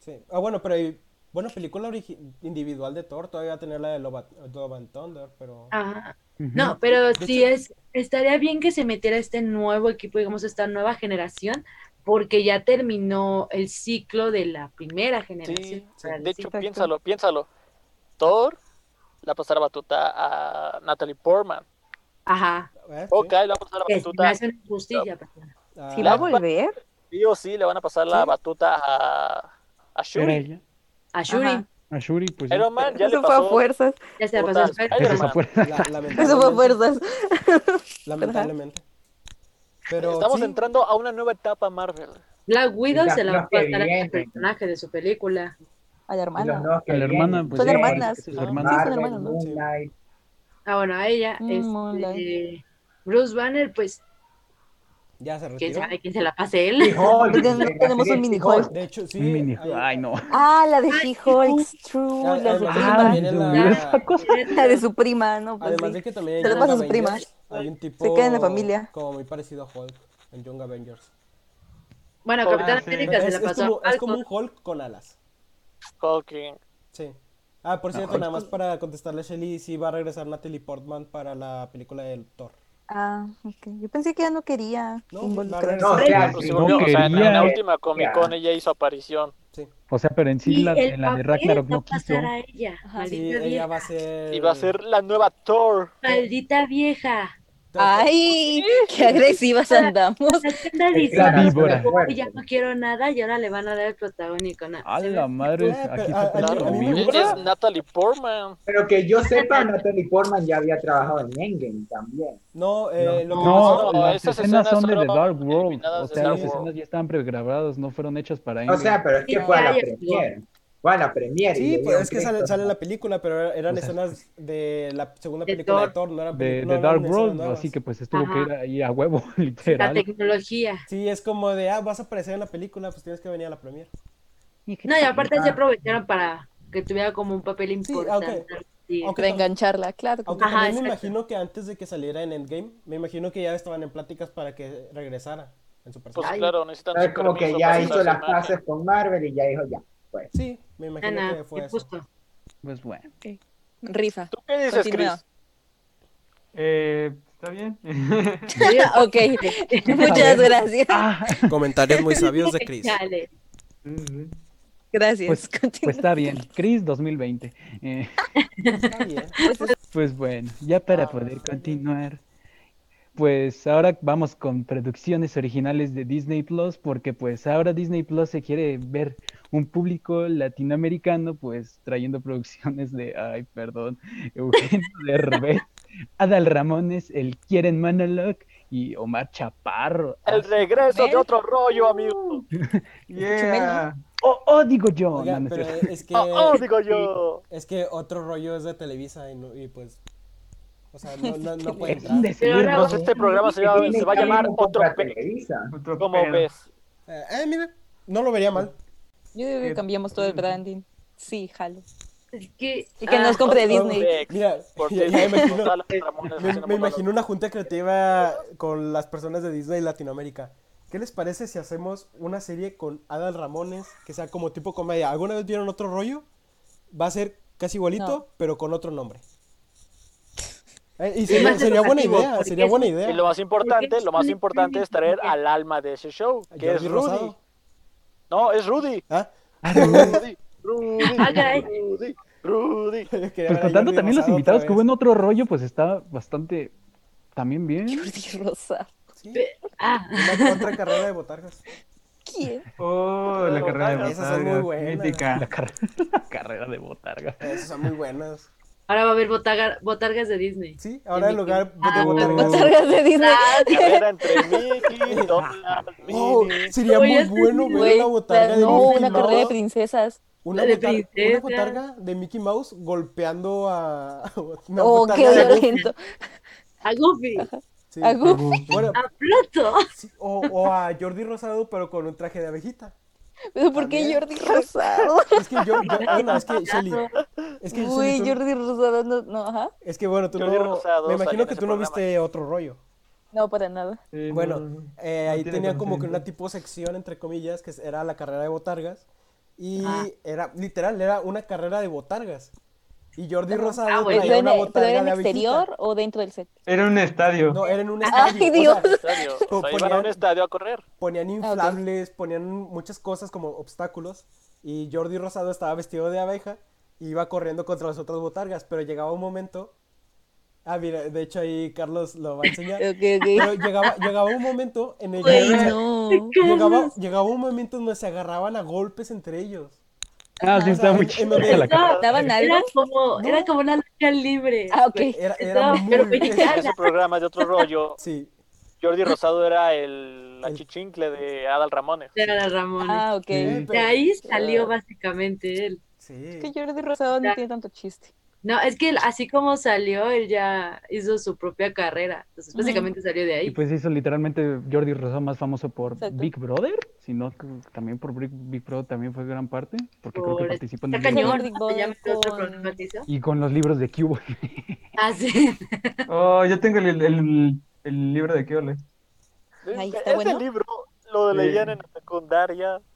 Sí. Ah, bueno, pero hay, bueno, película origi- individual de Thor, todavía va a tener la de Lova- Love and Thunder, pero Ajá. Ujú. No, pero De sí hecho- es, estaría bien que se metiera este nuevo equipo, digamos, esta nueva generación, porque ya terminó el ciclo de la primera generación. Sí, para de decir. hecho, exacto. piénsalo, piénsalo. Thor la pasará batuta a Natalie Portman. Ajá. eh, sí. Ok, le va a pasar la Que se me batuta. hace una injusticia. perdón. Ah, Si va a volver. Sí o sí, le van a pasar la Sí. batuta a, a Era Shuri. ella. A Shuri, Ajá. A Shuri, pues. Iron Man ya le Eso fue a pasó. fuerzas. ya se la pasó Puta, a Spider-Man. *laughs* Eso Spider-Man. fue la- fuerza. lamentablemente, Eso fue a fuerzas. lamentablemente. Pero Estamos sí, entrando a una nueva etapa Marvel. Black Widow Las- se la va las a que matar al vienen. personaje de su película. Y A la los hermana. nuevos que A la vienen, hermana, pues Son sí, hermanas. porque sus Ah, hermanas. sí, son Marvel, hermanas, ¿no? Moonlight, Ah, bueno, a ella, Mm, este, Moonlight. Bruce Banner, pues, ya se quién retiró. sabe quién se la pase él. y Hulk, Porque no de la tenemos serie un de mini Hulk. Hulk. De hecho, sí. Un mini- hay- Ay, no. Ah, la de She-Hulk, it's Ah, true, las de además ah, prima. también en yo la- vi esa cosa. *laughs* La de su prima, no, pues Además sí. de que también en Se lo Young pasa a su Avengers prima. hay un tipo queda en la familia. como muy parecido a Hulk en Young Avengers. Bueno, Ah, Capitán sí. América Es, se la es pasó como, a es como Falcon. un Hulk con alas. Hawking. Sí. Ah, por cierto, nada más para contestarle a Shelly, sí va a regresar Natalie Portman para la película del Thor. Ah, ok. Yo pensé que ya no quería No, involucrarse. No, o Ah, sea, Pues sí No volvió, o sea, en, en quería. la última Comic Con Ya. ella hizo aparición. Sí. O sea, pero en sí Y la, el en la de papel Ragnarok va a no quiso. pasar a ella. Ajá. Sí, Maldita ella vieja. va a ser. Y va a ser la nueva Thor. Maldita *laughs* vieja. Ay, qué agresivas *laughs* andamos. La que anda El diciendo, La víbora. "Yo ya no quiero nada y ahora le van a dar el protagónico. No, A se la me- madre, Ah, aquí pero- se ah, puso ah, La- a mí me vivo. ella es Natalie Portman. Pero que yo sepa, Natalie Portman ya había trabajado en Endgame también. No, eh, lo que No, pasó. No, las esas escenas escenas son de The fueron Dark World. eliminadas O de sea, Dark las World. escenas ya estaban pregrabadas, no fueron hechas para O Endgame. sea, pero es que fue a la Ya, ya, premiere. Fue a la premiere. y Sí, yo pues digo, es que sale, Cristo, sale en no. la película, pero eran O sea, escenas de la segunda de película de Thor. Thor, no eran, de, peli- de no eran Dark escenas World, nuevas. así que pues estuvo Ajá. que ir ahí a huevo, *laughs* la literal. tecnología. Sí, es como de, ah, vas a aparecer en la película, pues tienes que venir a la premiere. No, y aparte se aprovecharon para que tuviera como un papel Sí, importante. Sí. aunque Para tam- engancharla, claro. Aunque Ajá, también me exacto. imagino que antes de que saliera en Endgame, me imagino que ya estaban en pláticas para que regresara en su Pues personaje. Ay. claro, necesitan Es su como que permiso ya para hizo usar su las imagen. pases con Marvel y ya dijo ya. Pues. Sí, me imagino Ana, que fue Ah, qué eso. justo. *laughs* Pues bueno. *laughs* Rifa. ¿Tú qué dices, Continúa. Chris? Eh, está bien. *laughs* *laughs* *laughs* *laughs* ok, muchas gracias. Ah, Comentarios muy sabios *laughs* de Chris. Chale. Gracias. Pues- Continúa. pues está bien. Chris 2020. Eh, Está bien. Pues bueno, ya para poder continuar, pues ahora vamos con producciones originales de Disney Plus, porque pues ahora Disney Plus se quiere ver un público latinoamericano, pues trayendo *laughs* producciones de, ay, perdón, Eugenio Derbez, Adal Ramones, El Quieren Monologue y Omar Chaparro. El Ah, regreso de otro rollo, amigo. *laughs* Yeah. Oh, oh, digo yo. Oiga, no, no es pero cierto. es que, Oh, oh, digo yo. es que otro rollo es de Televisa y, no- y pues, o sea, no, no, *laughs* no puede Es entrar. un Pero ahora- Entonces decir, este programa se, llama- se va a llamar Tiene Otro contra P. Televisa. Otro ¿Cómo pedo. ves? Eh, eh, mira, no lo vería mal. Yo digo que Eh, cambiamos todo el mm. branding. Sí, jalo. Es que, Y que ah, nos compre Disney. Ex, Mira, *laughs* ya, Porque ya me imagino, Gonzalo Ramones me- haciendo me monólogo. imagino una junta creativa con las personas de Disney Latinoamérica. ¿Qué les parece si hacemos una serie con Adal Ramones que sea como tipo comedia? ¿Alguna vez vieron otro rollo? Va a ser casi igualito, No. pero con otro *laughs* nombre. Eh, y sería, más sería buena educativo, idea, porque sería es- buena Y idea. lo más importante, lo más importante es traer al alma de ese show, A que es Jordi Rudy. Rosado. No, es Rudy. *laughs* *laughs* ¿Ah? Rudy, Rudy, Ah, caray. Rudy, Rudy. Quería ver Pues a contando Jordi también los Rosado otra invitados que vez. hubo en otro rollo, pues está bastante también bien. Jordi Rosa. Sí, ah, una otra carrera de botargas. ¿Quién? Oh, la carrera de Esas son muy botargas. buenas. La Mítica. carrera, *laughs* carrera de botarga. Esas son muy buenas. ahora va a haber botaga- botargas de Disney. Sí, ahora en lugar de Ah, botargas. Botargas de Disney. *laughs* *laughs* Carrera entre Mickey, Donald, Ah. Oh, Minnie. sería muy Oye, sí, bueno ver este Güey, una botarga de no, Mickey una Mouse. carrera de princesas. Una, de botar- una princesas. botarga de Mickey Mouse golpeando a. *laughs* una Oh, qué botarga de Goofy. violento. A Goofy, Sí. A Goofy. Bueno, a Pluto. sí, o, o a Jordi Rosado, pero con un traje de abejita. Pero ¿por qué También. Jordi *laughs* Rosado? Es que yo. yo- bueno, es que Shelly. Es que, Uy, Shelly, tú- Jordi Rosado no, no, ajá. es que bueno, tú Jordi no. Rosado me salía imagino en que ese tú no programa. viste otro rollo. No, para nada. Eh, Bueno, no. eh, no ahí tiene tenía como que una conocimiento. tipo sección, entre comillas, que era la carrera de botargas. Y Ah. era, literal, era una carrera de botargas. Y Jordi Rosado Ah, bueno. ¿Pero, traía en, una el- pero botarga era en de abejita. exterior o dentro del set? Era un estadio. No, era en un Ay, estadio. o Dios. sea, Estadio. O sea, iban a Ponían- un estadio a correr. ponían ok. inflables, ponían muchas cosas como obstáculos. Y Jordi Rosado estaba vestido de abeja y iba corriendo contra las otras botargas. Pero llegaba un momento. Ah, mira, de hecho ahí Carlos lo va a enseñar. *laughs* Ok, Pero llegaba, llegaba un momento en el ok. que Güey, se- *laughs* no. Llegaba, llegaba un momento donde se agarraban a golpes entre ellos. Ah, sí, O sea, está muy en- en donde- chida la carrera. ¿Daban algo? Era como, era como una lucha libre. Pues, Ah, ok. Era, era Estaba muy... *laughs* pero muy En cara. ese programa de otro rollo, Sí. *laughs* Jordi Rosado era el achichincle de Adal Ramones. Era la Ramones. Ah, ok. Sí. de ahí salió básicamente él. Sí. Es que Jordi Rosado no Ya. tiene tanto chiste. *laughs* No, es que él, así como salió, él ya hizo su propia carrera. Entonces, Ujú. básicamente salió de Y ahí. pues hizo literalmente Jordi Rosado más famoso por Exacto. Big Brother, sino que también por Big, Big Brother también fue gran parte, porque creo Por- que participó en Está el libro. cañón, Jordi ¿no? Se llama el otro con- programa que hizo. Y con los libros de Cubo. Ah, sí. Oh, yo tengo el, el- el libro de Keole. Ahí está Ese bueno. libro lo Sí. leían en la secundaria. *laughs*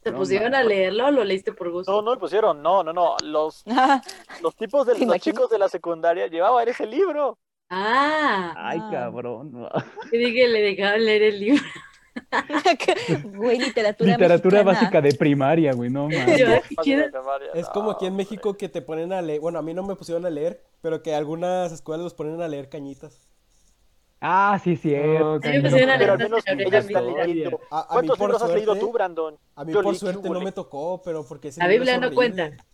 ¿Te No, pusieron a leerlo o lo leíste por gusto? No, no lo pusieron, no, no, no. Los, Ah, los tipos *laughs* de ¿Te los imaginas? chicos de la secundaria llevaban ese libro. Ah, *laughs* Ay, Ah. cabrón. no. yo dije que le dejaron leer el libro. Güey, literatura Literatura mexicana. básica de primaria, *laughs* güey, no mames. Yo, Ah, qué Fácil chido. de memoria, Es no, como aquí en hombre. México que te ponen a leer, bueno, a mí no me pusieron a leer, pero que algunas escuelas los ponen a leer cañitas. Ah, sí, cierto. Oh, me cañón. pusieron a Pero al Las menos historias ellas están también. leyendo. A, a mí ¿Cuántos por libros has suerte, leído tú, Brandon? *laughs* a mí Yo por leí suerte no Chibule. me tocó, pero porque ese La libro es Biblia no horrible. cuenta.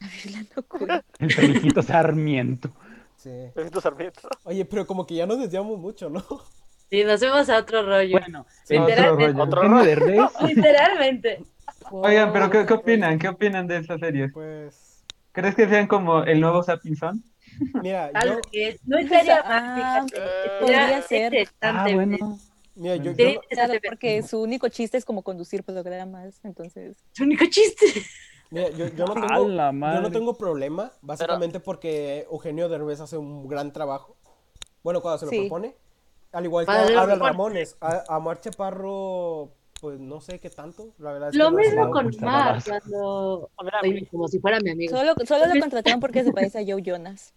*laughs* El Felicito *laughs* Sarmiento. Sí. Benito Sarmiento. Oye, pero como que ya nos desviamos mucho, ¿no? *laughs* Sí, nos vemos a otro rollo. Bueno, Otro Literalmente. rollo. Otro Eugenio Derbez, Literalmente. *laughs* Oigan, pero ¿qué, qué opinan? ¿Qué opinan de estas series? Pues, ¿Crees que sean como el nuevo Sapinson? mira, yo, Tal vez. No estaría Ah, mal, fíjate. eh, podría Era ser. Ah, interesante, bueno. güey. mira, yo, yo, Sería Claro, interesante este ver. porque su único chiste es como conducir programas, entonces. Su único chiste. mira, yo, yo no A tengo, la yo no madre. tengo problema, básicamente porque Eugenio Derbez hace un gran trabajo. Bueno, cuando se lo Sí. propone. Al igual que Cuando se lo Adal propone. Ramones, a, a Mar Chaparro, pues no sé qué tanto, la verdad es Lo que no mismo dado con muchos Mar abrazos. cuando. Mira, Oye, como si fuera mi amigo. Solo, solo lo contrataron porque se parece a Joe Jonas.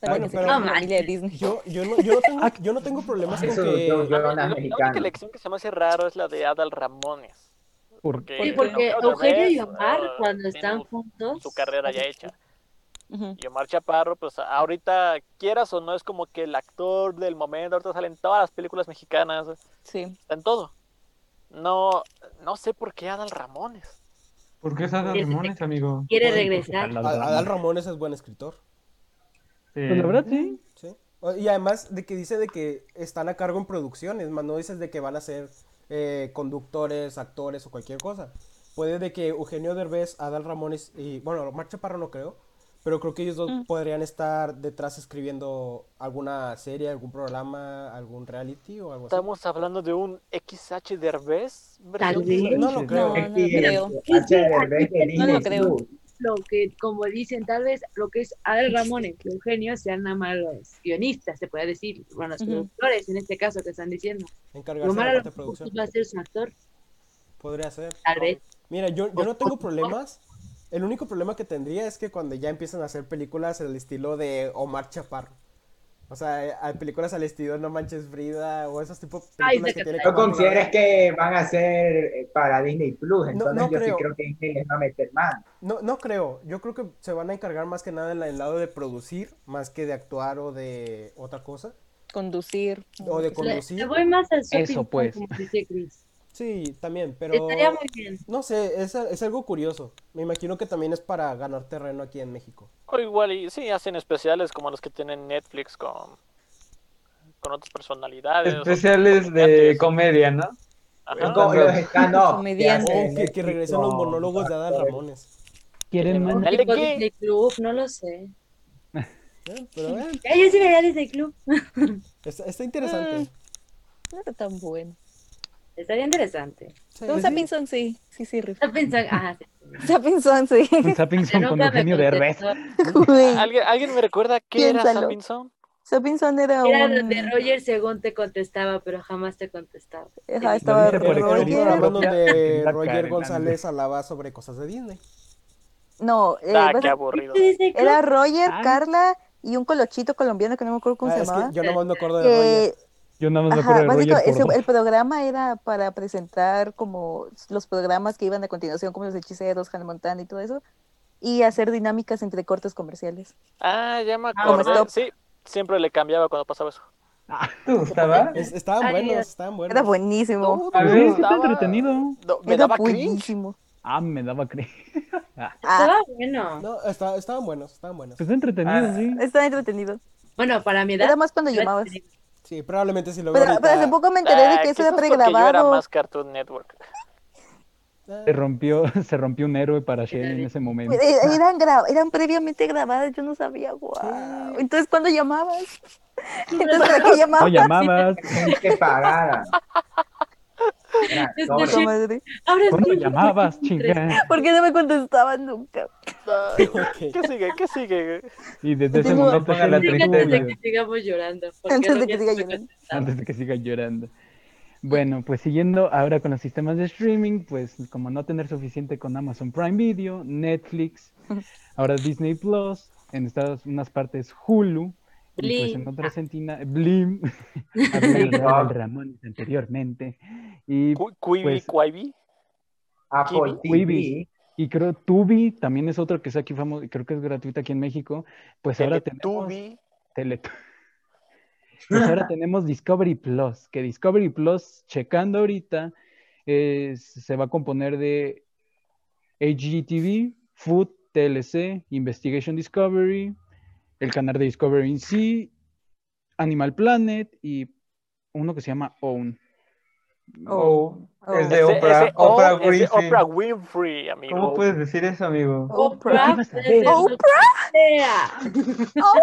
Para Bueno, que se pero- quede No en la familia de Disney. Yo, yo, no, yo, no *laughs* tengo, yo no tengo problemas con Eso que... yo, yo La era única mexicano. elección que se me hace raro es la de Adal Ramones. ¿Por que- Sí, Eh, porque no, Eugenio y Derbez, Omar, eh, cuando tienen están un- juntos, Su carrera ya hecha. Ujú. Y Omar Chaparro, pues ahorita, quieras o no, es como que el actor del momento. Ahorita salen todas las películas mexicanas, Sí. está en todo. No, no sé por qué Adal Ramones. Pues ¿Por qué esos Ese- Ramones, amigo? quiere A regresar. las Ad- Adal damas. Ramones es buen escritor, Sí. Pues la verdad, sí. ¿sí? O- Y además de que dice de que están a cargo en producciones, más no dices de que van a ser eh, conductores, actores o cualquier cosa. Puede de que Eugenio Derbez, Adal Ramones y, bueno, Omar Chaparro no creo, pero creo que ellos dos podrían estar detrás escribiendo alguna serie, algún programa, algún reality o algo así. Estamos hablando de un XH Derbez. Tal versión vez. No lo creo. No, no Sí, creo. el HRB que No lo dices creo. tú. Lo que, como dicen, tal vez lo que es Adel Ramones y Eugenio sean nada más los guionistas, se puede decir. Bueno, los Ujú. productores, en este caso, que están diciendo. Y Encargarse de Omar la a lo parte de mejor producción. va a ser su actor, Podría ser. tal vez. Mira, yo, yo no tengo problemas. El único problema que tendría es que cuando ya empiezan a hacer películas al estilo de Omar Chaparro. O sea, eh, hay películas al estilo No Manches Frida o esos tipos de Ay, películas que sácate. tiene No como- consideres que van a ser eh, para Disney Plus, entonces no yo creo. sí creo que Disney les va a meter más. No, no creo. Yo creo que se van a encargar más que nada en la- el lado de producir, más que de actuar o de otra cosa. Conducir. O de Le, conducir. le voy más al shopping, Eso, pues. como dice Chris. Sí, también, pero... Estaría muy bien. No sé, es, es algo curioso. Me imagino que también es para ganar terreno aquí en México. O igual, y sí, hacen especiales como los que tienen Netflix con, con otras personalidades. Especiales de comediantes. comedia, ¿no? Ajá. Como los *laughs* stand-up. que Comediante. Oh, hacen que, que regresen los con- monólogos de Adal Ramones. ¿Quieren O más? ¿Dale tipo qué? Disney Club, no lo sé. Eh, Pero eh, Ya, yo sí vería Disney Club. Está, está Mm, interesante. No está tan bueno. Estaría interesante. Sí, Pero sí. Sapinson *laughs* sí. Sí, sí, rifa. Está pensando. Ah, sí. Sapinson sí. *laughs* Un Sapinson *laughs* con Nunca me Eugenio Derbez. contestó. *laughs* Güey, ¿Alguien, ¿Alguien me recuerda qué era Piénsalo. Sapinson? Sapinson era Era un. donde Roger según te contestaba, pero jamás te contestaba. Ajá, Lo estaba dice por Era un experiencia programa Roger. propia. donde La Roger Karen González hablaba sobre cosas de Disney. No, eh, Ah, vas- qué aburrido. ¿Viste Disney Club? era Roger, Ay. Carla y un colochito colombiano que no me acuerdo cómo Ah, se Eh, es que llamaba. yo nomás me acuerdo de que- Roger. Yo nada más me Ajá, acuerdo de Roger básicamente ese- Cordón. el programa era para presentar como los programas que iban a continuación, como los hechiceros, Hannah Montana y todo eso, y hacer dinámicas entre cortes comerciales. Ah, ya me Como acordé. Stop. Sí, siempre le cambiaba cuando pasaba eso. ¿Te gustaba? Es- estaban Ay, buenos, era- estaban Era buenos. buenísimo. No, A no ver, me Pues está gustaba. entretenido. No, me era daba cringe. buenísimo. Ah, me daba cre. *laughs* Ah, Ah, Estaba bueno. No, esta- estaban buenos, estaban buenos. pues está entretenido, Ah. sí. estaba entretenido. Bueno, para mi edad. Era más cuando era llamabas. entretenido. Sí, probablemente si lo veo Pero, pero hace ahorita- poco me enteré de Ah, que eso quizás era porque Yo era pregrabado. más Cartoon Network. Ah, Se rompió, *laughs* se rompió un héroe para Shane en ese momento. Eh, Eran, gra- eran previamente grabadas, yo no sabía, wow. Sí. Entonces, ¿cuándo *laughs* llamabas? Entonces, ¿para qué llamabas? No llamabas, que pagara. Era Es sobre. *laughs* Puta madre. Ahora es ¿cuándo muy llamabas, importante. chinga? ¿Por qué no me contestaban nunca? Ay, *laughs* ok. ¿Qué sigue? ¿Qué sigue? Y desde ese Digo, momento apaga la Shane Diga estuvo Antes de medio- que sigamos llorando. porque Antes de no que ya siga estoy llorando. cansada. Antes de que siga llorando. Bueno, pues siguiendo ahora con los sistemas de streaming, pues como no tener suficiente con Amazon Prime Video, Netflix, ahora Disney Plus, en Estados unas partes Hulu, y pues en Blim. otras Argentina, Blim, *laughs* hablando de Adal Ramones anteriormente, y, Cu- Quibi, Pues- Quibi. Apple TV. Quibi. y creo Tubi también es otro que es aquí famoso, creo que es gratuita aquí en México, pues eh, ahora tenemos Teletubi. Tele- Pues *laughs* ahora tenemos Discovery Plus, que Discovery Plus, checando ahorita, es- se va a componer de HGTV, Food, TLC, Investigation Discovery, el canal de Discovery en sí, Animal Planet y uno que se llama Own. Oh. Oh. Es de Ese- Oprah, ese- oh, Oprah ese Winfrey. Oprah Winfrey, amigo. ¿Cómo puedes decir eso, amigo? Oprah. ¿Qué vas a desde ver? su Oprah. idea. *laughs*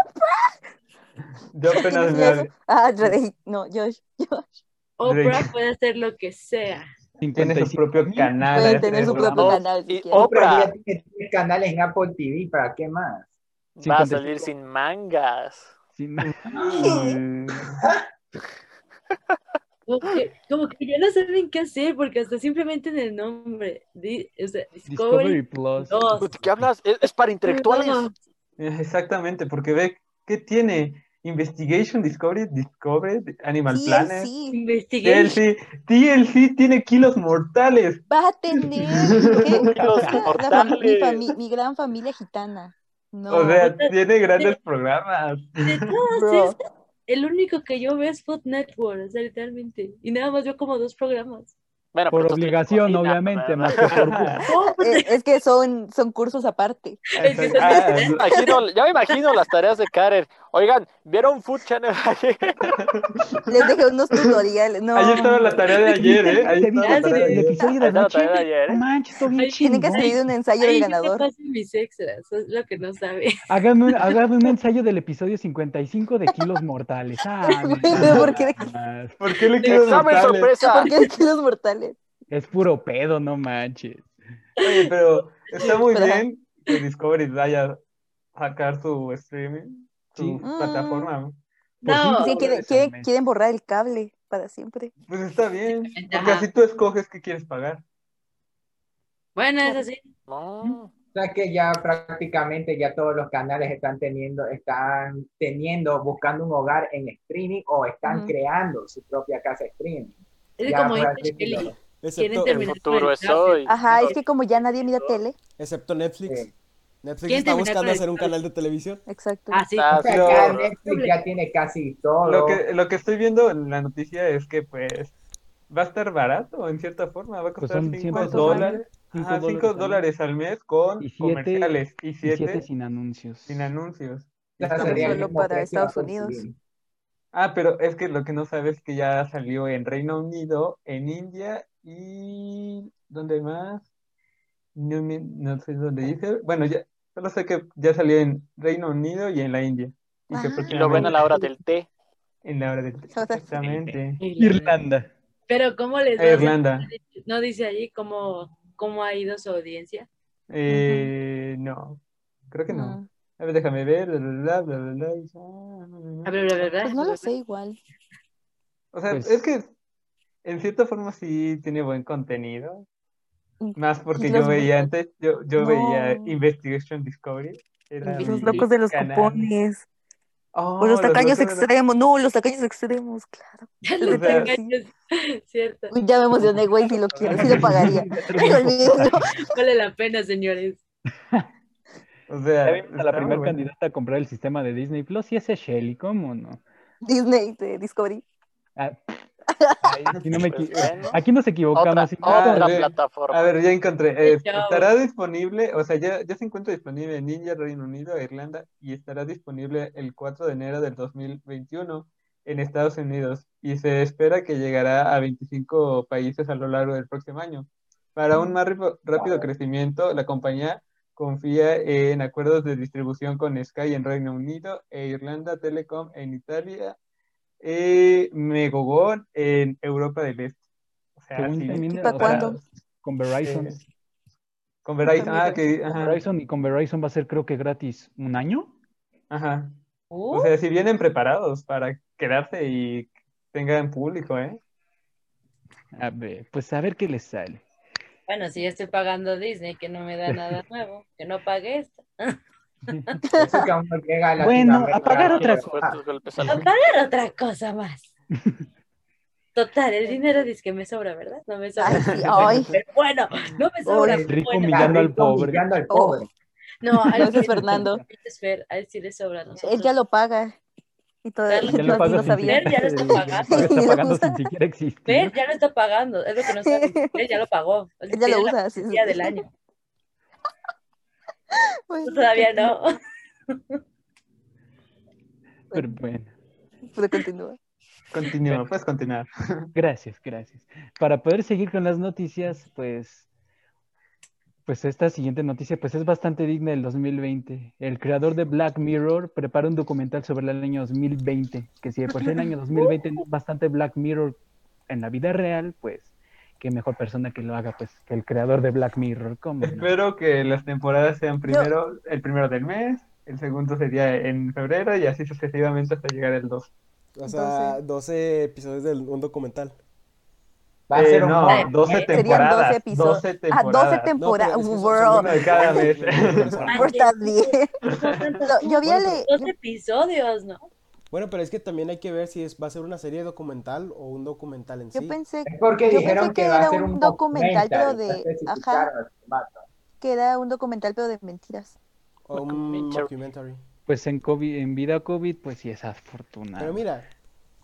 Yo ¿Quién apenas decía eso? me Ah, Drake. No, Josh. Josh. Oprah puede hacer lo que sea. tiene su propio 55,000. canal. este, Pueden ahora tener su tenemos- propio Oh, canal si y quieren. Oprah. Oprah ya tiene tres canales en Apple TV. ¿Para qué más? Va a 55. salir sin mangas. Sí, *laughs* Como Mm. que, como que ya no saben qué hacer, porque hasta simplemente en el nombre. di- o sea, Discovery Discovery, Plus. 2. ¿Qué hablas? Es, es para intelectuales. No, *laughs* Exactamente, porque ve, ¿qué tiene? Investigation Discovery, Discovery, Animal Planet. TLC. Investigation. TLC, TLC tiene kilos mortales. Vas a tener. ¿qué? Los La fam- mi, mortales. fami- mi gran familia gitana. No. o sea, no. tiene grandes programas. De todas bro. eh, esas, el único que yo veo es Food Network, o sea, literalmente. Y nada más veo como dos programas. Bueno, pues *laughs* Por pero tú sí obligación, cocinas, obviamente, ¿verdad? más que *laughs* por No, pues, Eh, es que son, son cursos aparte. *laughs* *laughs* Ah, Ya me imagino, ya me imagino las tareas de Karen. Oigan, ¿vieron Food Channel *laughs* ayer? Les dejé unos tutoriales. No. ahí estaba la tarea de ayer, *laughs* ¿eh? Ahí ¿Te estaba viste la tarea de el ayer. episodio Ahí de está la noche? tarea de ayer, No ¿eh? manches, estuvo bien Ay, Tienen que chingón. escribir un ensayo ahí del yo me ganador. paso mis extras, es lo que no sabe. *laughs* Hágame *laughs* un, hágame un ensayo del episodio 55 de Kilos *laughs* Mortales. Ah, Güey, no pero ¿por qué de- más. ¿Por qué le quiero eh? Examen mortales? sorpresa. *laughs* ¿Por qué es que los mortales? Es puro pedo, no manches. Oye, pero está muy Pero, ajá. bien que Discovery vaya a sacar su streaming, su Sí. plataforma. Por No. cinco Dicen, quieren, dólares al quieren- mes. quieren borrar el cable para siempre. Pues está bien, porque Ajá. así tú escoges qué quieres pagar. Bueno, es así. No. O sea que ya prácticamente ya todos los canales están teniendo, están teniendo, buscando un hogar en streaming o están Ujú. creando su propia casa de streaming. Es Ya, como pues, por así dice Shelly, decirlo. quieren Excepto, terminar El con futuro el es cable. hoy. Ajá, es que como ya nadie mira tele. excepto Netflix. Sí. Netflix ¿Quién está terminó buscando con el hacer un cable? canal de televisión. Exacto. Ah, sí. Estás O sea, ya gorda. Netflix ya tiene casi todo. Lo que, lo que estoy viendo en la noticia es que, pues, va a estar barato en cierta forma. Va a Pues costar son 5 100 dólares. Ah, Cinco Ajá, 5 al mes. dólares al mes con Y siete- comerciales y Y siete 7 sin anuncios. sin anuncios. O sea, Está sería el bueno. Solo mismo para precio de Estados Apple Unidos. TV. Ah, pero es que lo que no sabes es que ya salió en Reino Unido, en India y... ¿Dónde más? No, me- no sé dónde dice. Bueno, ya solo sé que ya salió en Reino Unido y en la India. Y que pues Ah. Y lo ven a la hora del té. en la hora *laughs* de... Ahora sí. Exactamente. Ay, la verdad. Irlanda. Pero ¿cómo les Eh, va? Irlanda. No dice allí cómo, cómo ha ido su audiencia. Eh, no, creo que no. Mm. A ver, déjame ver. Bla, bla, bla, bla, bla, y- ah, no, no, Ah, no. bla, bla, bla, bla. Pues no lo sé igual. O sea, Pues- es que en cierta forma sí tiene buen contenido. Mm, Más porque los yo veía mortales. antes, yo, yo veía No. Investigation Discovery. Era Los mi locos de los canal. cupones. O los Oh, locos tacaños de los- extremos. No, los tacaños extremos, claro. Los O sea- engaños, Cierto. Uy, ya me emocioné, güey, si lo quiero, si lo *laughs* pagaría. *laughs* Olvídenlo. Vale la pena, señores. O Ya sea, vimos a la está muy primera Ah, bueno. candidata a comprar el sistema de Disney Plus y ese es Shelly, ¿cómo no? Disney, de Discovery. *laughs* Ah, ay, aquí, no me equi- ¿eh? Pues bueno. aquí nos Otra, equivocamos. Ah, otra sí. plataforma. A ver, ya encontré. Eh, Sí, ya, estará disponible, o sea, ya, ya se encuentra disponible en e India, Reino Unido, Irlanda y estará disponible el 4 de enero del 2021 en Estados Unidos y se espera que llegará a 25 países a lo largo del próximo año. Para un más ripo- rápido crecimiento, la compañía confía en acuerdos de distribución con Sky en Reino Unido e Irlanda, Telecom en Italia y Megogon en Europa del Este. O sea, Según sí, también, ¿Y pa' o sea, cuándo? con Verizon. Eh, con Verizon. Ah, que, Con ajá, Verizon y con Verizon va a ser creo que gratis un año. ajá. Uh, O sea, si vienen preparados para quedarse y tengan público, ¿eh? A ver, pues a ver qué les sale. Bueno, si ya estoy pagando Disney, que no me da nada nuevo, que no pague esto. Eso que aún no llega a Bueno, Latinoamérica. apagar otra cosa. Fuertes Ah, golpes al- A pagar otra cosa más. Total, el dinero dice que me sobra, ¿verdad? No me sobra. ay, sí, ay. Pero bueno, no me sobra. Ay, rico bueno. millar. Humillando al Rico pobre. humillando al pobre. No, al Gracias, que- Fernando. Gracias, Fer, a él sí le sobra. a Nosotros. Él ya lo paga. Y todavía Ya *laughs* Ya lo *laughs* no, pagas no sin sabía. Ver, ya lo siquiera- está pagando. lo está Ya lo pagando usa. sin *laughs* siquiera existir. Fer ya lo está pagando, es lo que no sabe. *laughs* Él ya lo pagó. Él ya Tiene lo la usa. sí, sí. día del año. Bueno, Tú Pues todavía no. pues. Pero bueno, *laughs* Pero continúa. Continúa, puedes continuar. gracias, gracias. Para poder seguir con las noticias, pues, pues esta siguiente noticia pues es bastante digna del 2020. El creador de Black Mirror prepara un documental sobre el año 2020, que si de por sí *laughs* el año 2020 es bastante Black Mirror en la vida real, pues qué mejor persona que lo haga pues que el creador de Black Mirror. ¿cómo no? *laughs* Espero que las temporadas sean primero el primero del mes, el segundo sería en febrero y así sucesivamente hasta llegar el 2. O sea, 12 episodios de un documental. Va a ser un Eh, no, boom. Eh, 12 Serían temporadas. 12 episodios. 12 Ah, 12 temporadas. No, pero es que temporadas. son- World. Uno de cada mes. Ay, Por también. Pues, *laughs* Lo- yo había Ah, Bueno, le- Dos episodios, ¿no? Bueno, pero es que también hay que ver si es, va a ser una serie documental o un documental en yo sí. pensé Es porque Yo dijeron pensé que que, va era a ser un un, documental, pero de- no especificaron ajá. el formato. que era un documental, pero de mentiras. O un Documentary. documentary. Pues en COVID, en vida COVID, pues sí es afortunado. Pero mira,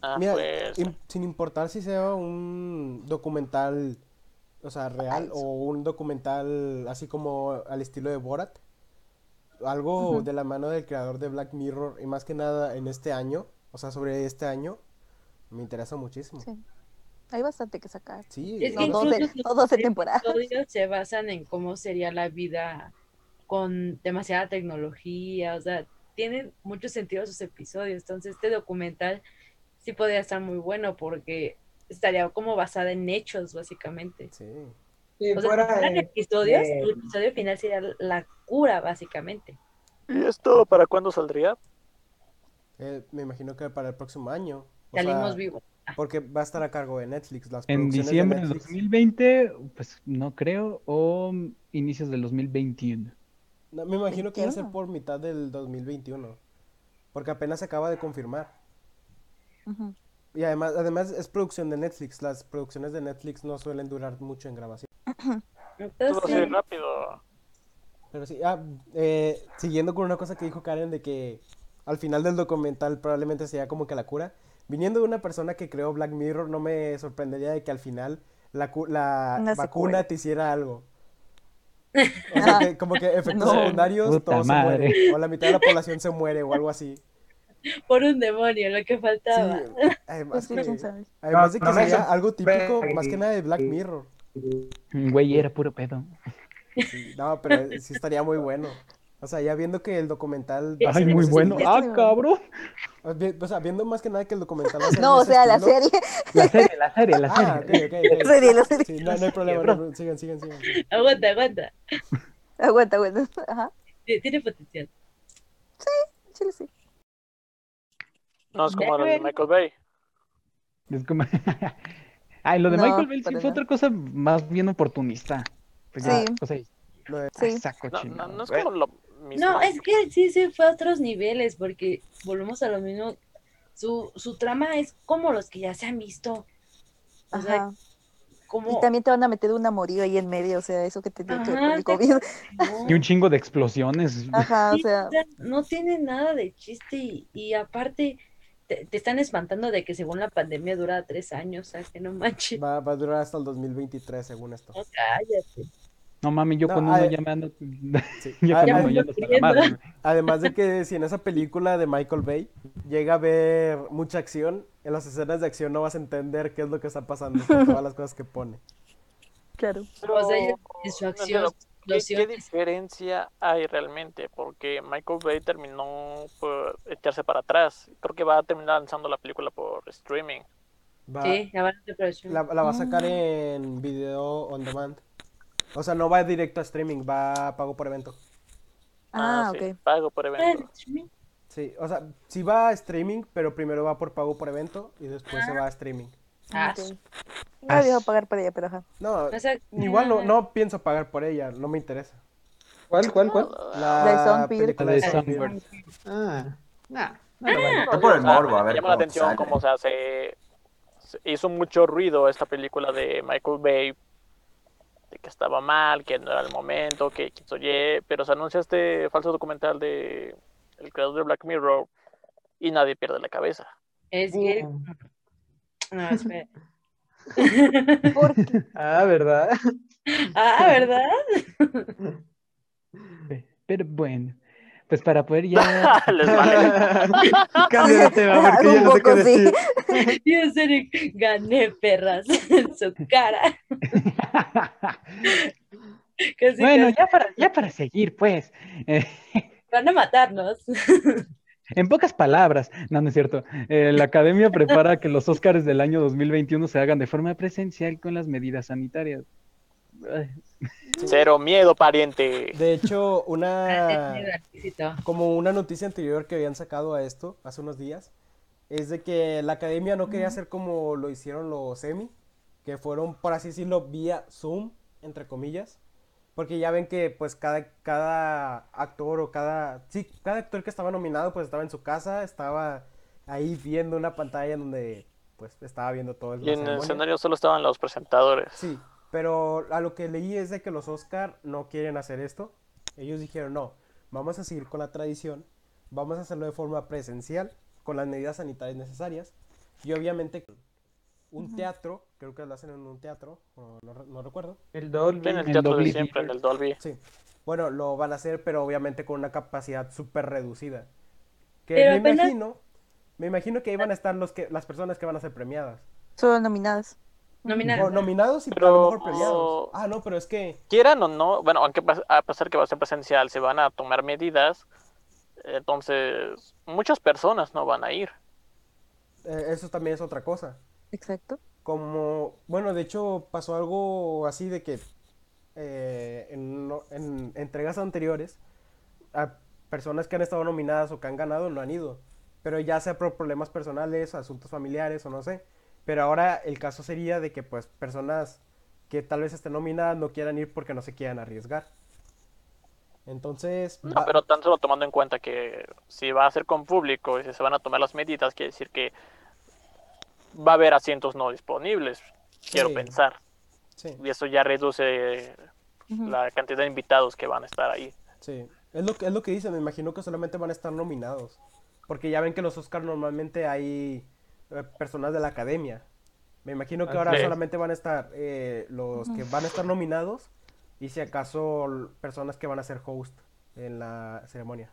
Ah, Mira, pues, im- sin importar si sea un documental, o Ah, sea, real o un documental así como al estilo de Borat, algo Ujú. de la mano del creador de Black Mirror y más que nada en este año, o sea, sobre este año, me interesa muchísimo. Sí. Hay bastante que sacar. Sí, Es o que No, sea, incluso 12, si- no 12 si- temporadas. episodios se basan en cómo sería la vida con demasiada tecnología, o sea, tienen mucho sentido sus episodios, entonces este documental sí podría estar muy bueno porque estaría como basada en hechos, básicamente. sí. Si O sea, si fuera fueran de- episodios, de- el episodio final sería la cura, básicamente. ¿Y esto para cuándo saldría? Eh, me imagino que para el próximo año, o Salimos sea, vivos. porque va a estar a cargo de Netflix, las En producciones de diciembre del Netflix. 2020, pues no creo, o inicios del 2021. No, me imagino que va a ser 21. por mitad del 2021, porque apenas se acaba de confirmar. Ujú. Y además, además es producción de Netflix. Las producciones de Netflix no suelen durar mucho en grabación. Todo así de Entonces, rápido. Pero sí, ah, eh, siguiendo con una cosa que dijo Karen de que al final del documental probablemente sea como que la cura. Viniendo de una persona que creó Black Mirror, no me sorprendería de que al final la, cu- la Una vacuna secuela. te hiciera algo. O sea, que como que efectos No. secundarios, Puta todos madre. se mueren. O la mitad de la población se muere o algo así. por un demonio, lo que Sí, faltaba. además, Pues que- quién sabe. además de No, que no me sería algo típico, sorprende. más que nada de Black Mirror. Güey, era puro pedo. Sí, no, pero sí estaría muy bueno. O sea, ya viendo que el documental. va a Ay, ser muy ese bueno. estilo- Ah, cabrón. o vi- O sea, viendo más que nada que el documental va a ser No, de o ese sea, la estilo. serie. *laughs* La serie, la serie, la serie. Ah, ok, ok, ok. La serie, la serie. Sí, no, no hay problema, no hay problema. sigan, sigan, sigan. sigan. Aguanta, aguanta. Aguanta, aguanta. Ajá. Tiene tiene potencial. Chile, sí. No es como el de Michael Bay. Ah, Es como- *laughs* Ay, lo de No, Michael Bell sí para fue nada. otra cosa más bien oportunista. Pues ya, Sí. o sea, Lo de- Sí. saco No, chingado, no, no es güey. como lo mismo. No, es que sí se fue a otros niveles, porque volvemos a lo mismo. Su, su trama es como los que ya se han visto. O sea, Ajá. como. Y también te van a meter un amorío ahí en medio, o sea, eso que te digo que Ajá, el te- COVID. no, Y un chingo de explosiones. Ajá, o sí, sea, o sea, no tiene nada de chiste y, y aparte te, te están espantando de que según la pandemia dura *laughs* tres años, o sea, que no manches. Va, va a durar hasta el 2023, según esto. No, cállate. No mami, yo No, con a uno ver. ya me ando. *laughs* Sí. ya Ah, con ya uno me ya ando ando hasta la madre, queriendo. güey. Además de que si en esa película de Michael Bay llega a ver mucha acción, en las escenas de acción no vas a entender qué es lo que está pasando por todas las cosas que pone. Claro. O sea, yo- Pero, de su no acción, entiendo, ¿Qué, explosión, qué diferencia hay realmente? Porque Michael Bay terminó por echarse para atrás. Creo que va a terminar lanzando la película por streaming. Va- sí, la van a hacer por el show. la, la va a sacar en video on demand. O sea, no va directo a streaming, va a pago por evento. Ah, sí, ok. Pago por evento. Sí, o sea, sí va a streaming, pero primero va por pago por evento y después se va a streaming. Ah, ok. Ah, No dejo pagar por ella, pero ajá. No, O sea, igual ah. no, no pienso pagar por ella, no me interesa. ¿Cuál, cuál, cuál? La, de Zombie. película La de de Zombie. Zombie. Ah, nah, No, por el o sea, morbo, a me ver llama la cómo atención sale. cómo o sea, se, se hizo mucho ruido esta película de Michael Bay, de que estaba mal, que no era el momento, que X o Y, pero se anuncia este falso documental de el creador de Black Mirror y nadie pierde la cabeza. *laughs* es que. No, espera. *laughs* ¿Por qué? Ah, ¿verdad? ah, ¿verdad? Pero bueno, pues para poder *laughs* ya. Les *laughs* vale. *laughs* Cambia de tema porque Un ya no sé qué poco sí. decir. Dios, en serio, gané perras en su cara. Casi, bueno, casi ya para, ya para seguir, pues. eh, van a matarnos. en pocas palabras, no, no es cierto. eh, la *laughs* academia prepara que los Óscares del año 2021 se hagan de forma presencial con las medidas sanitarias. Ay, Cero miedo, pariente. De hecho, Ah, una... Éxito. como una noticia anterior que habían sacado a esto hace unos días, es de que la academia no quería hacer como lo hicieron los EMI, que fueron, por así decirlo, vía Zoom, entre comillas, porque ya ven que pues cada, cada actor o cada, sí, cada actor que estaba nominado pues estaba en su casa, estaba ahí viendo una pantalla en donde pues estaba viendo todo el Y en el escenario solo estaban los presentadores. Sí, pero a lo que leí es de que los Oscar no quieren hacer esto. Ellos dijeron, no, vamos a seguir con la tradición, vamos a hacerlo de forma presencial, con las medidas sanitarias necesarias. Y obviamente un teatro, creo que lo hacen en un teatro, o no, re- no recuerdo. El En el El teatro de Dolby siempre, en el Dolby. Sí, bueno, lo van a hacer, pero obviamente con una capacidad súper reducida. Que Pero me apenas- imagino, me imagino que ahí van a estar los que, las personas que van a ser premiadas. Solo nominadas. O Nominadas. nominados y a Pero- lo mejor premiados. Ah, no, pero es que... quieran o no, bueno, aunque pas- a pesar que va a ser presencial, se van a tomar medidas, entonces muchas personas no van a ir. Eh, Eso también es otra cosa. Exacto. Como, bueno, de hecho pasó algo así de que eh, en, no- en entregas anteriores a personas que han estado nominadas o que han ganado no han ido, pero ya sea por problemas personales, asuntos familiares o no sé. Pero ahora el caso sería de que pues personas que tal vez estén nominadas no quieran ir porque no se quieran arriesgar. Entonces, No, va- pero tan solo tomando en cuenta que si va a ser con público y si se van a tomar las medidas, quiere decir que va a haber asientos no disponibles, quiero Sí. pensar. sí, Y eso ya reduce Ujú. la cantidad de invitados que van a estar ahí. sí. Es lo, que- es lo que dicen, me imagino que solamente van a estar nominados. Porque ya ven que los Oscars normalmente hay eh, personas de la academia. Me imagino que ahora Así es. solamente van a estar eh, los que van a estar nominados y si acaso l- personas que van a ser host en la ceremonia.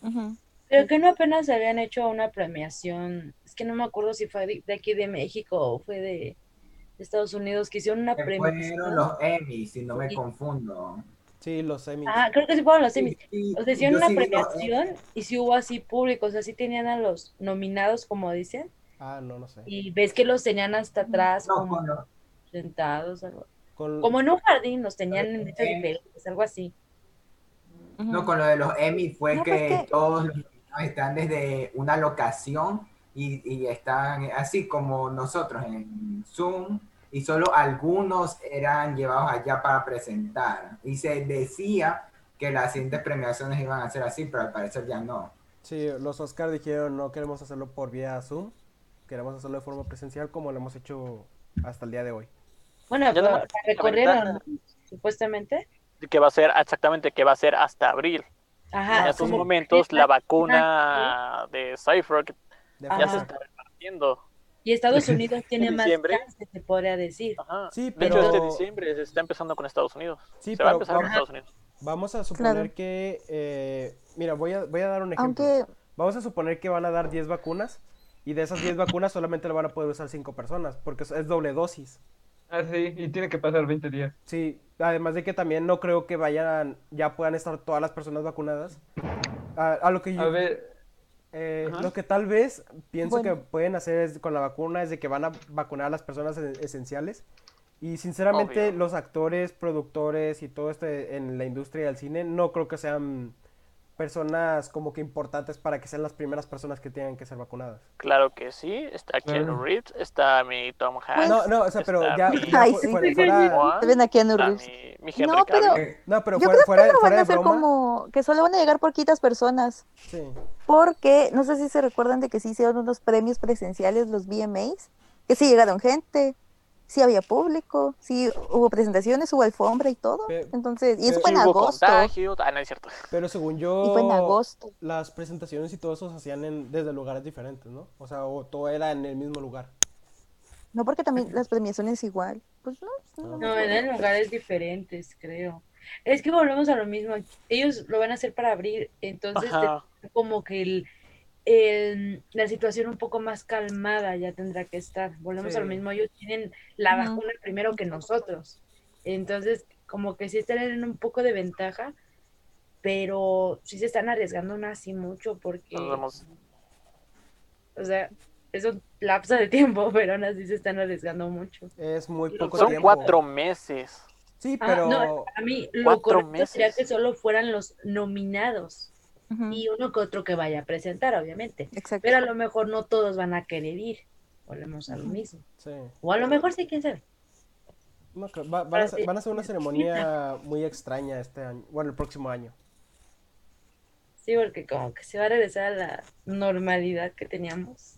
Ujú. Pero que no apenas habían hecho una premiación. Es que no me acuerdo si fue de de aquí de México o fue de Estados Unidos que hicieron una Que Fueron premiación. los Emmy, si no me Sí. confundo. Sí, los semis. Ah, creo que sí fueron los semis. Sí, O sea, yo hicieron una sí eh, ah, vi los premiación y sí hubo así público, o sea, sí tenían a los nominados, como dicen, Ah, no, no sé. y ves que los tenían hasta atrás, Mm, No, como con los- sentados, algo. Con- como en un jardín, los tenían en Ok. nichos diferentes, algo así. Ujú. no, con lo de los Emmy fue No, que, pues que- todos los nominados están desde una locación y, y están así como nosotros en Zoom y solo algunos eran llevados allá para presentar. Y se decía que las siguientes premiaciones iban a ser así, pero al parecer ya no. Sí, los Oscars dijeron no queremos hacerlo por vía Zoom, queremos hacerlo de forma presencial como lo hemos hecho hasta el día de hoy. Bueno, Ya pero no me la acuerdo la recorrieron, ventana. ¿no? supuestamente. Que va a ser exactamente que va a ser hasta abril. en Ajá, estos como- momentos la vacuna de Cypher De ya Ah, se Pfizer. está repartiendo. Y Estados Unidos tiene *laughs* En más diciembre. chance, se podría decir. Ajá. Sí, De pero- hecho, este diciembre se está empezando con Estados Unidos. Sí, se va a pero empezar con vamos- Estados Unidos. Vamos a suponer Claro. que, eh, mira, voy a, voy a dar un ejemplo. Aunque, Vamos a suponer que van a dar 10 vacunas y de esas 10 vacunas solamente lo van a poder usar 5 personas porque es- es doble dosis. Ah, sí, y tiene que pasar 20 días. Sí, además de que también no creo que vayan, ya puedan estar todas las personas vacunadas. A, a lo que yo, A ver, eh, ajá. lo que tal vez pienso que Bueno. pueden hacer es- con la vacuna es de que van a vacunar a las personas e- esenciales. Y sinceramente Obvio. los actores, productores y todo este en la industria del cine no creo que sean personas como que importantes para que sean las primeras personas que tengan que ser vacunadas. Claro que sí, está Keanu Claro. Reeves, está mi Tom Hanks. No, no, o sea, pero está ya, mi- ya Ay, fu- Pues, sí. fuera- fuera- Juan, te ven aquí a Keanu está Reeves. mi- mi No, Henry pero- Cavill. no, Ah. pero yo fuera, creo fuera, que lo fuera van a de hacer broma, como que solo van a llegar poquitas personas. sí. Porque no sé si se recuerdan de que sí hicieron unos premios presenciales, los VMAs, que sí llegaron gente, sí había público, sí hubo presentaciones, hubo alfombra y todo. Pe- Entonces, y eso pe- fue en Sí, hubo agosto. contagio. Ah, no es cierto. Pero según Y fue en yo, agosto. las presentaciones y todo eso se hacían en, desde lugares diferentes, ¿no? O sea, o todo era en el mismo lugar. No porque también las premiaciones igual. Pues no, no. No, en lugares diferentes, creo. Es que volvemos a lo mismo. Ellos lo van a hacer para abrir, entonces Ajá. te- como que el, el- la situación un poco más calmada ya tendrá que estar. Volvemos a lo Sí. mismo. Ellos tienen la Ujú. vacuna primero que nosotros. Entonces, como que sí están en un poco de ventaja, pero sí se están arriesgando aún así mucho porque, Nos vemos. o sea, es un lapso de tiempo, *laughs* pero aún así se están arriesgando mucho. Es muy Son poco Son tiempo. cuatro meses. Sí, Ah, pero no, A mí lo Cuatro correcto sería meses. que solo fueran los nominados Ujú, y uno que otro que vaya a presentar, obviamente. Exacto. Pero a lo mejor no todos van a querer ir. Volvemos a lo mismo. sí, O a lo mejor sí, quién sabe. no creo- va- van, a, Para hacer- que- van a hacer una ceremonia muy extraña este año, bueno, el próximo año. Sí, porque como que se va a regresar a la normalidad que teníamos.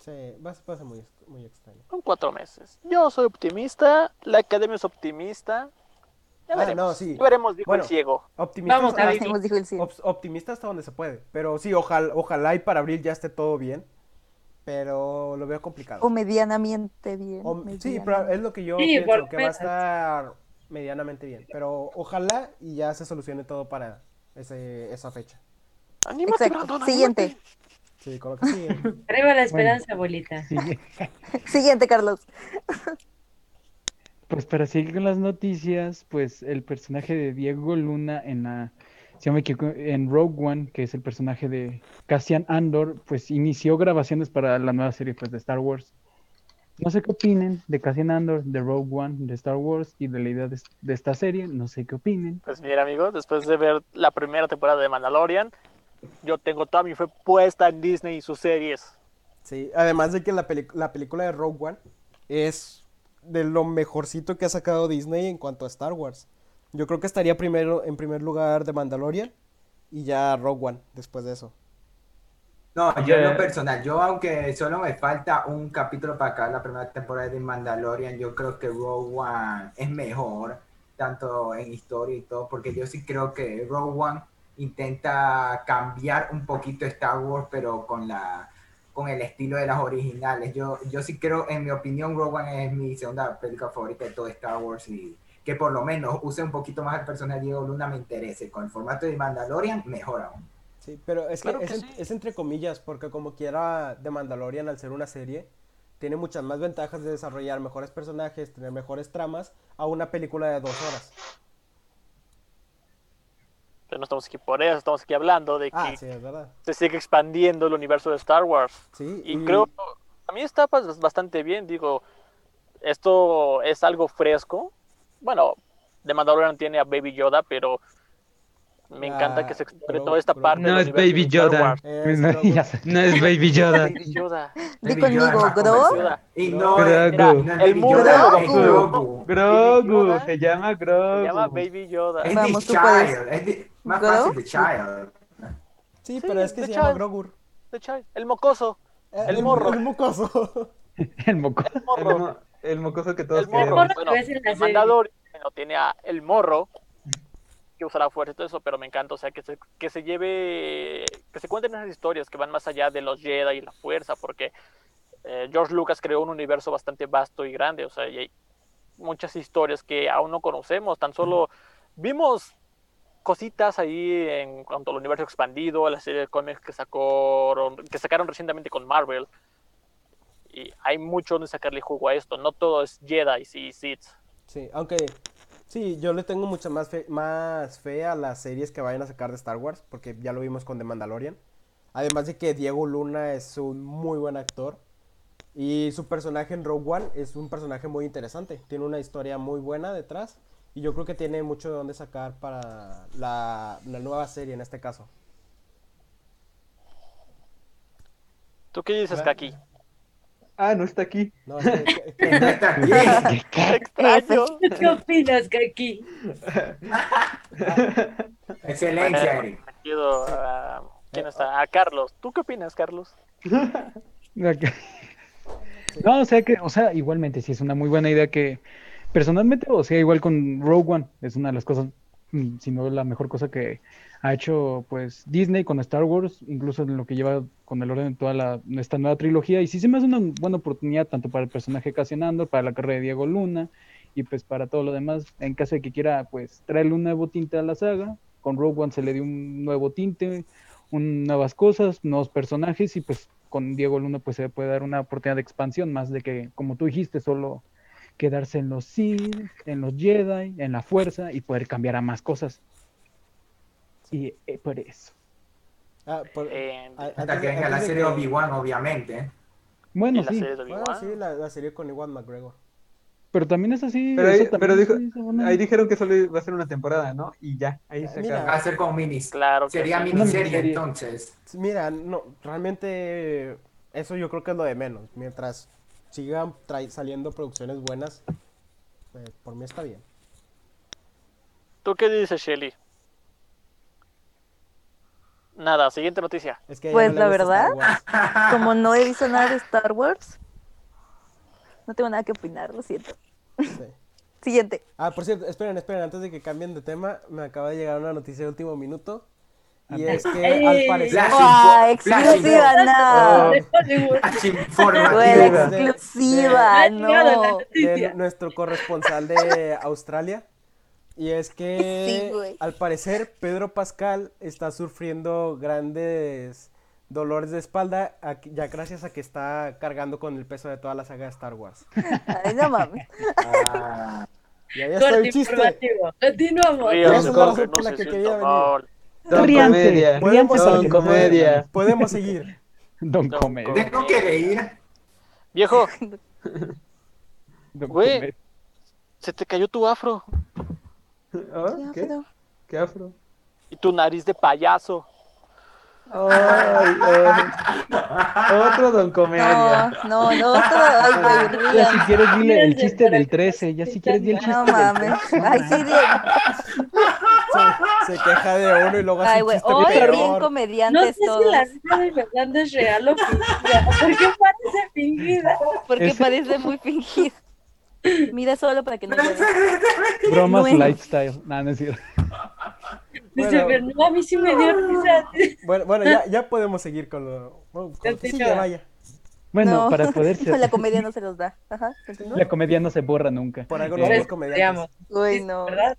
Sí, va a, va a ser muy, ex- muy extraño. Son cuatro meses. Yo soy optimista, la academia es optimista. Ya Ah, veremos. no, sí. Ya veremos, dijo Bueno. el ciego. Optimistas, Vamos a hasta- ver. Como dijo el cine. ops- optimista hasta donde se puede, pero sí, ojalá, ojalá y para abril ya esté todo bien, pero lo veo complicado. O medianamente bien. O- sí, medianamente. pero es lo que yo Sí, pienso, por que va a menos. estar medianamente bien. Pero ojalá y ya se solucione todo para ese, esa fecha. Anímate, Exacto. Brandon, Siguiente. anímate. Sí, con lo que sigue. Arriba la esperanza, abuelita. Sí. eh, Siguiente, Carlos. Pues para seguir con las noticias, pues el personaje de Diego Luna en la, si no me equivoco, en Rogue One, que es el personaje de Cassian Andor, pues inició grabaciones para la nueva serie pues, de Star Wars. No sé qué opinen de Cassian Andor, de Rogue One, de Star Wars y de la idea de, de esta serie. No sé qué opinen. Pues mira, amigos, después de ver la primera temporada de Mandalorian, yo tengo toda mi fe puesta en Disney y sus series. Sí, además de que la, pelic- la película de Rogue One es de lo mejorcito que ha sacado Disney en cuanto a Star Wars. Yo creo que estaría primero en primer lugar de Mandalorian y ya Rogue One después de eso. No, yo en Ya. lo personal, yo aunque solo me falta un capítulo para acabar la primera temporada de Mandalorian, yo creo que Rogue One es mejor, tanto en historia y todo, porque yo sí creo que Rogue One intenta cambiar un poquito Star Wars, pero con la con el estilo de las originales. Yo, yo sí creo, en mi opinión, Rogue One es mi segunda película favorita de todo Star Wars y que por lo menos use un poquito más al personaje de Diego Luna me interese. Con el formato de Mandalorian, mejor aún. Sí, pero es que, Claro que es, en- sí. es entre comillas, porque como quiera de Mandalorian al ser una serie, tiene muchas más ventajas de desarrollar mejores personajes, tener mejores tramas, a una película de dos horas. Pero no estamos aquí por eso, estamos aquí hablando de que Ah, sí, es verdad. se sigue expandiendo el universo de Star Wars. Sí, Y creo, a mí está pas- bastante bien, digo, esto es algo fresco. Bueno, de Mandalorian tiene a Baby Yoda, pero me encanta Ah, que se explore Grogu- toda esta Grogu. parte No del es universo Baby de Star Yoda. Wars. Eh, es Grogu. Ya sé. No es Baby Yoda. Baby Yoda. Di Baby conmigo, Yoda ah, es más Grogu. comercial. Y no, es- Era Grogu. no es el Baby mundo Yoda, Grogu. es Grogu. Yoda. Grogu, se llama Grogu. Se llama Baby Yoda. Es Vamos, The tú puedes. Child. Es the- más ¿Grogu? fácil The Child. Sí, Sí, pero es que de se hecho- llama Grogu. The Child, El mocoso. Eh, El morro. El mocoso. El moco. El el, morro. mo- el mocoso que todos El morro. queremos. que Bueno, ves en la el serie. mandador bueno, tiene a el morro que usa la fuerza y todo eso, pero me encanta. O sea, que se, que se lleve, que se cuenten esas historias que van más allá de los Jedi y la fuerza, porque eh, George Lucas creó un universo bastante vasto y grande, o sea, y hay muchas historias que aún no conocemos, tan solo vimos cositas ahí en cuanto al universo expandido, la serie de cómics que, sacó, que sacaron recientemente con Marvel, y hay mucho donde sacarle jugo a esto, no todo es Jedi y Sith. Sí, aunque sí, yo le tengo mucha más fe, más fe a las series que vayan a sacar de Star Wars, porque ya lo vimos con The Mandalorian. Además de que Diego Luna es un muy buen actor y su personaje en Rogue One es un personaje muy interesante, tiene una historia muy buena detrás y yo creo que tiene mucho de dónde sacar para la, la nueva serie en este caso. ¿Tú qué dices, Claro. Kaki? Ah, no está aquí. No, *laughs* es que- que- No está *laughs* aquí. eh, Extraño. ¿Qué opinas, Kaki? Excelencia, Eric. Pido a- Eh, ¿Quién ah. está? A Carlos. ¿Tú qué opinas, Carlos? Ok. *laughs* No, o sea que, o sea, igualmente sí es una muy buena idea que personalmente, o sea, igual con Rogue One es una de las cosas, mm, si no la mejor cosa que ha hecho pues Disney con Star Wars, incluso en lo que lleva con el orden de toda la, esta nueva trilogía y sí se me hace una buena oportunidad tanto para el personaje Cassian Andor, para la carrera de Diego Luna y pues para todo lo demás, en caso de que quiera pues traerle un nuevo tinte a la saga, con Rogue One se le dio un nuevo tinte, un- nuevas cosas, nuevos personajes y pues con Diego Luna pues se puede dar una oportunidad de expansión más de que como tú dijiste solo quedarse en los Sith, en los Jedi, en la fuerza y poder cambiar a más cosas. Y eh, por eso. ah, por- En, a- Eh, Hasta antes que de- venga la antes de serie que- Obi-Wan, obviamente. Bueno, en la sí, serie de Bueno, Obi-Wan. sí, la, la serie con Iwan McGregor. pero también es así. Pero eso ahí- también pero dijo- es una- Ahí dijeron que solo va a ser una temporada, ¿no? Y ya, ahí se Mira. Va acaba. a ser con minis. Claro que Sería sí. miniserie miniserie. entonces. Sí, Mira, no, realmente eso yo creo que es lo de menos. Mientras sigan trai- saliendo producciones buenas, eh, por mí está bien. ¿Tú qué dices, Shelly? Nada, siguiente noticia. Es que a ella Pues, le la gusta Star verdad, Wars. Como no he visto nada de Star Wars, no tengo nada que opinar, lo siento. Sí. Siguiente. Ah, por cierto, esperen, esperen, antes de que cambien de tema, me acaba de llegar una noticia de último minuto. Y es *laughs* que al Ey. parecer. La- ¡Wow! info- flash Ah, ¡Exclusiva! Ah. ¡No! De *laughs* Hollywood. H ¡Güey, informativa. Bueno. exclusiva! Me ha llegado Ah, la ¡No! de noticia. nu- nuestro corresponsal de Australia. Y es *laughs* Sí, que, güey. al parecer, Pedro Pascal está sufriendo grandes dolores de espalda, a- ya gracias a que está cargando con el peso de toda la saga de Star Wars. ¡Ay, no mames! Ah, Y ahí está Corte el chiste. informativo. Continuamos. Esa Ríos, es la con- razón por la no que se quería sienta venir. mal. Don Riante. Comedia. Podemos, Riante, Don seguir. Comedia. Podemos seguir. Don Don Comedia. Com- Tengo que reír. *laughs* Viejo, Don Güey. Comedia. se te cayó tu afro Ah, ¿Qué? ¿Qué afro? y tu nariz de payaso. Ay, ay. Otro Don Comedia. No, no, no, ay, güey, Ya si rían. quieres dile el Ríanse, chiste para del que 13, ya si quieres dile el chiste No del mames. 13. Ay, sí, rían. Se, se queja de uno y luego hace Ay, un güey. chiste Hoy bien peor. No sé comediantes si la todos. risa de Fernando es real o fingida. *laughs* Porque parece fingida. Porque Ese- parece muy fingido. Mira solo para que no llores. Bromas Bueno. lifestyle. Nada, no es cierto. Dice, Bueno. pero no, a mí sí me dio risa. Bueno, bueno, ya, ya podemos seguir con lo, con lo que sigue, Continúa. vaya. Bueno, No, para *laughs* poder ser. La comedia no se los da. Ajá, continúa. La comedia no se borra nunca. Por algo Eh, no somos Pues, comediantes. digamos, Uy, sí, no. ¿verdad?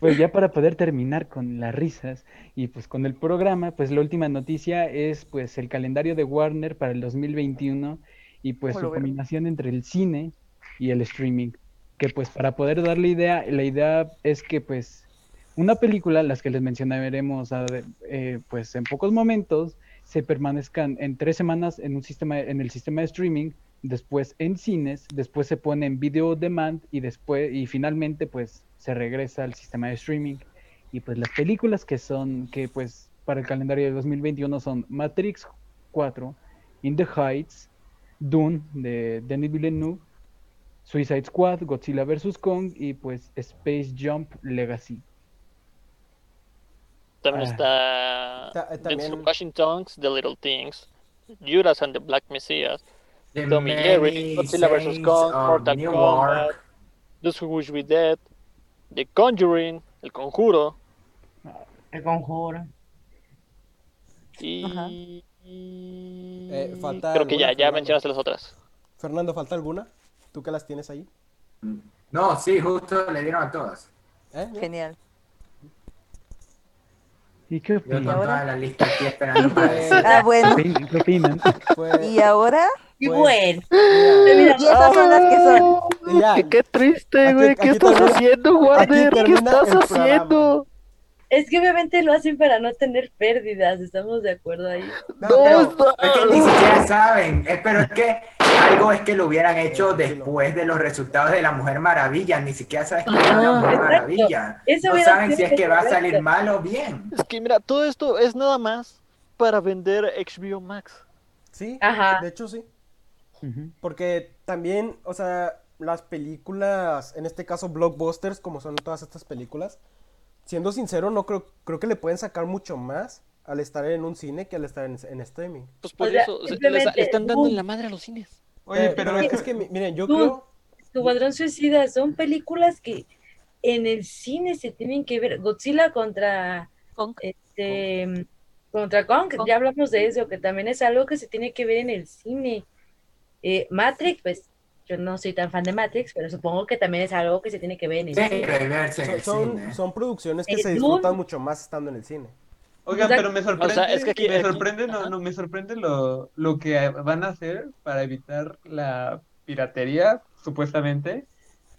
Pues ya para poder terminar con las risas y pues con el programa, pues la última noticia es pues el calendario de Warner para el 2021 y pues Hola, su verga. combinación entre el cine y el streaming. Que pues para poder darle idea, la idea es que pues una película, las que les mencionaremos a- eh, pues en pocos momentos, se permanezcan en tres semanas en un sistema, en el sistema de streaming, después en cines, después se pone en video demand y después y finalmente pues se regresa al sistema de streaming y pues las películas que son que pues para el calendario de 2021 son Matrix 4, In the Heights, Dune de Denis Villeneuve, Suicide Squad, Godzilla vs Kong y pues Space Jump Legacy. También Ah. está Ta- eh, Denzel también- Washington, The Little Things, Judas and the Black Messiah, The Tommy many Jerry, Godzilla vs. saints Kong, of Mortal New Kombat, York. Those Who Wish We Dead, The Conjuring, El Conjuro El conjuro. y Eh, falta Creo que ya, alguna, ya Fernando. mencionaste las otras. Fernando, ¿falta alguna? ¿Tú que las tienes ahí? No, sí, justo le dieron a todas. ¿Eh? Mira. Genial. ¿Y qué Yo con opinan? ahora? toda la lista aquí esperando para decir. Ah, bueno. ¿Qué *laughs* opinan? ¿Qué opinan? *laughs* Pues, Y ahora, Y Pues- bueno, y esas son las que son. mira, Qué, qué triste, Aquí- güey. aquí ¿Qué estás termina- haciendo, Warner? ¿Qué termina estás el programa. haciendo? es que obviamente lo hacen para no tener pérdidas, estamos de acuerdo ahí. no, No, pero- está- Es Oh. que ni siquiera saben, eh, pero es que algo es que lo hubieran hecho después de los resultados de la Mujer Maravilla, ni siquiera saben que era la Mujer Exacto. Maravilla. Eso No hubiera saben si sido es que va a salir perfecto. mal o bien. Es que mira, todo esto es nada más para vender HBO Max. sí, Ajá. de hecho sí. Ujú. Porque también, o sea, las películas, en este caso blockbusters, como son todas estas películas, siendo sincero, no creo, creo que le pueden sacar mucho más al estar en un cine que al estar en, en streaming. Pues por O sea, eso o sea, les, simplemente- le están dando en la madre a los cines. Oye, Eh, pero, es que, mi- miren, yo Tú- creo... Escuadrón Suicida son películas que en el cine se tienen que ver. Godzilla contra Kong. este contra Kong, Kong. ya hablamos de eso, que también es algo que se tiene que ver en el cine. Eh, Matrix, pues yo no soy tan fan de Matrix, pero supongo que también es algo que se tiene que ver en el Tienen cine. que verse en Son, el son, cine. son producciones que Eh, se Dune- disfrutan mucho más estando en el cine. oigan, sea, pero me sorprende, es que aquí- me aquí- sorprende, no, ajá. no, me sorprende lo, lo que van a hacer para evitar la piratería, supuestamente.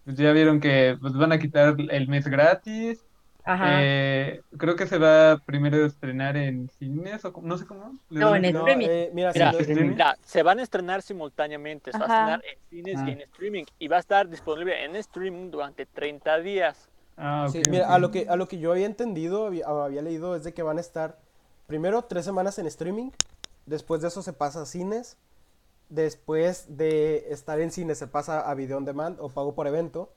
Pues ya vieron que pues, van a quitar el mes gratis, Ajá. Eh, creo que se va primero a estrenar en cines o como- no sé cómo. ¿Le No, dan- en el No, streaming. eh, mira, Mira, si no- streaming. Mira, se van a estrenar simultáneamente, se va Ajá. a estrenar en cines y Ah. en streaming y va a estar disponible en streaming durante 30 días. Ah, ok, Sí, ok. mira, a lo que a lo que yo había entendido, había, o había leído, es de que van a estar primero tres semanas en streaming, después de eso se pasa a cines, después de estar en cines se pasa a video on demand o pago por evento,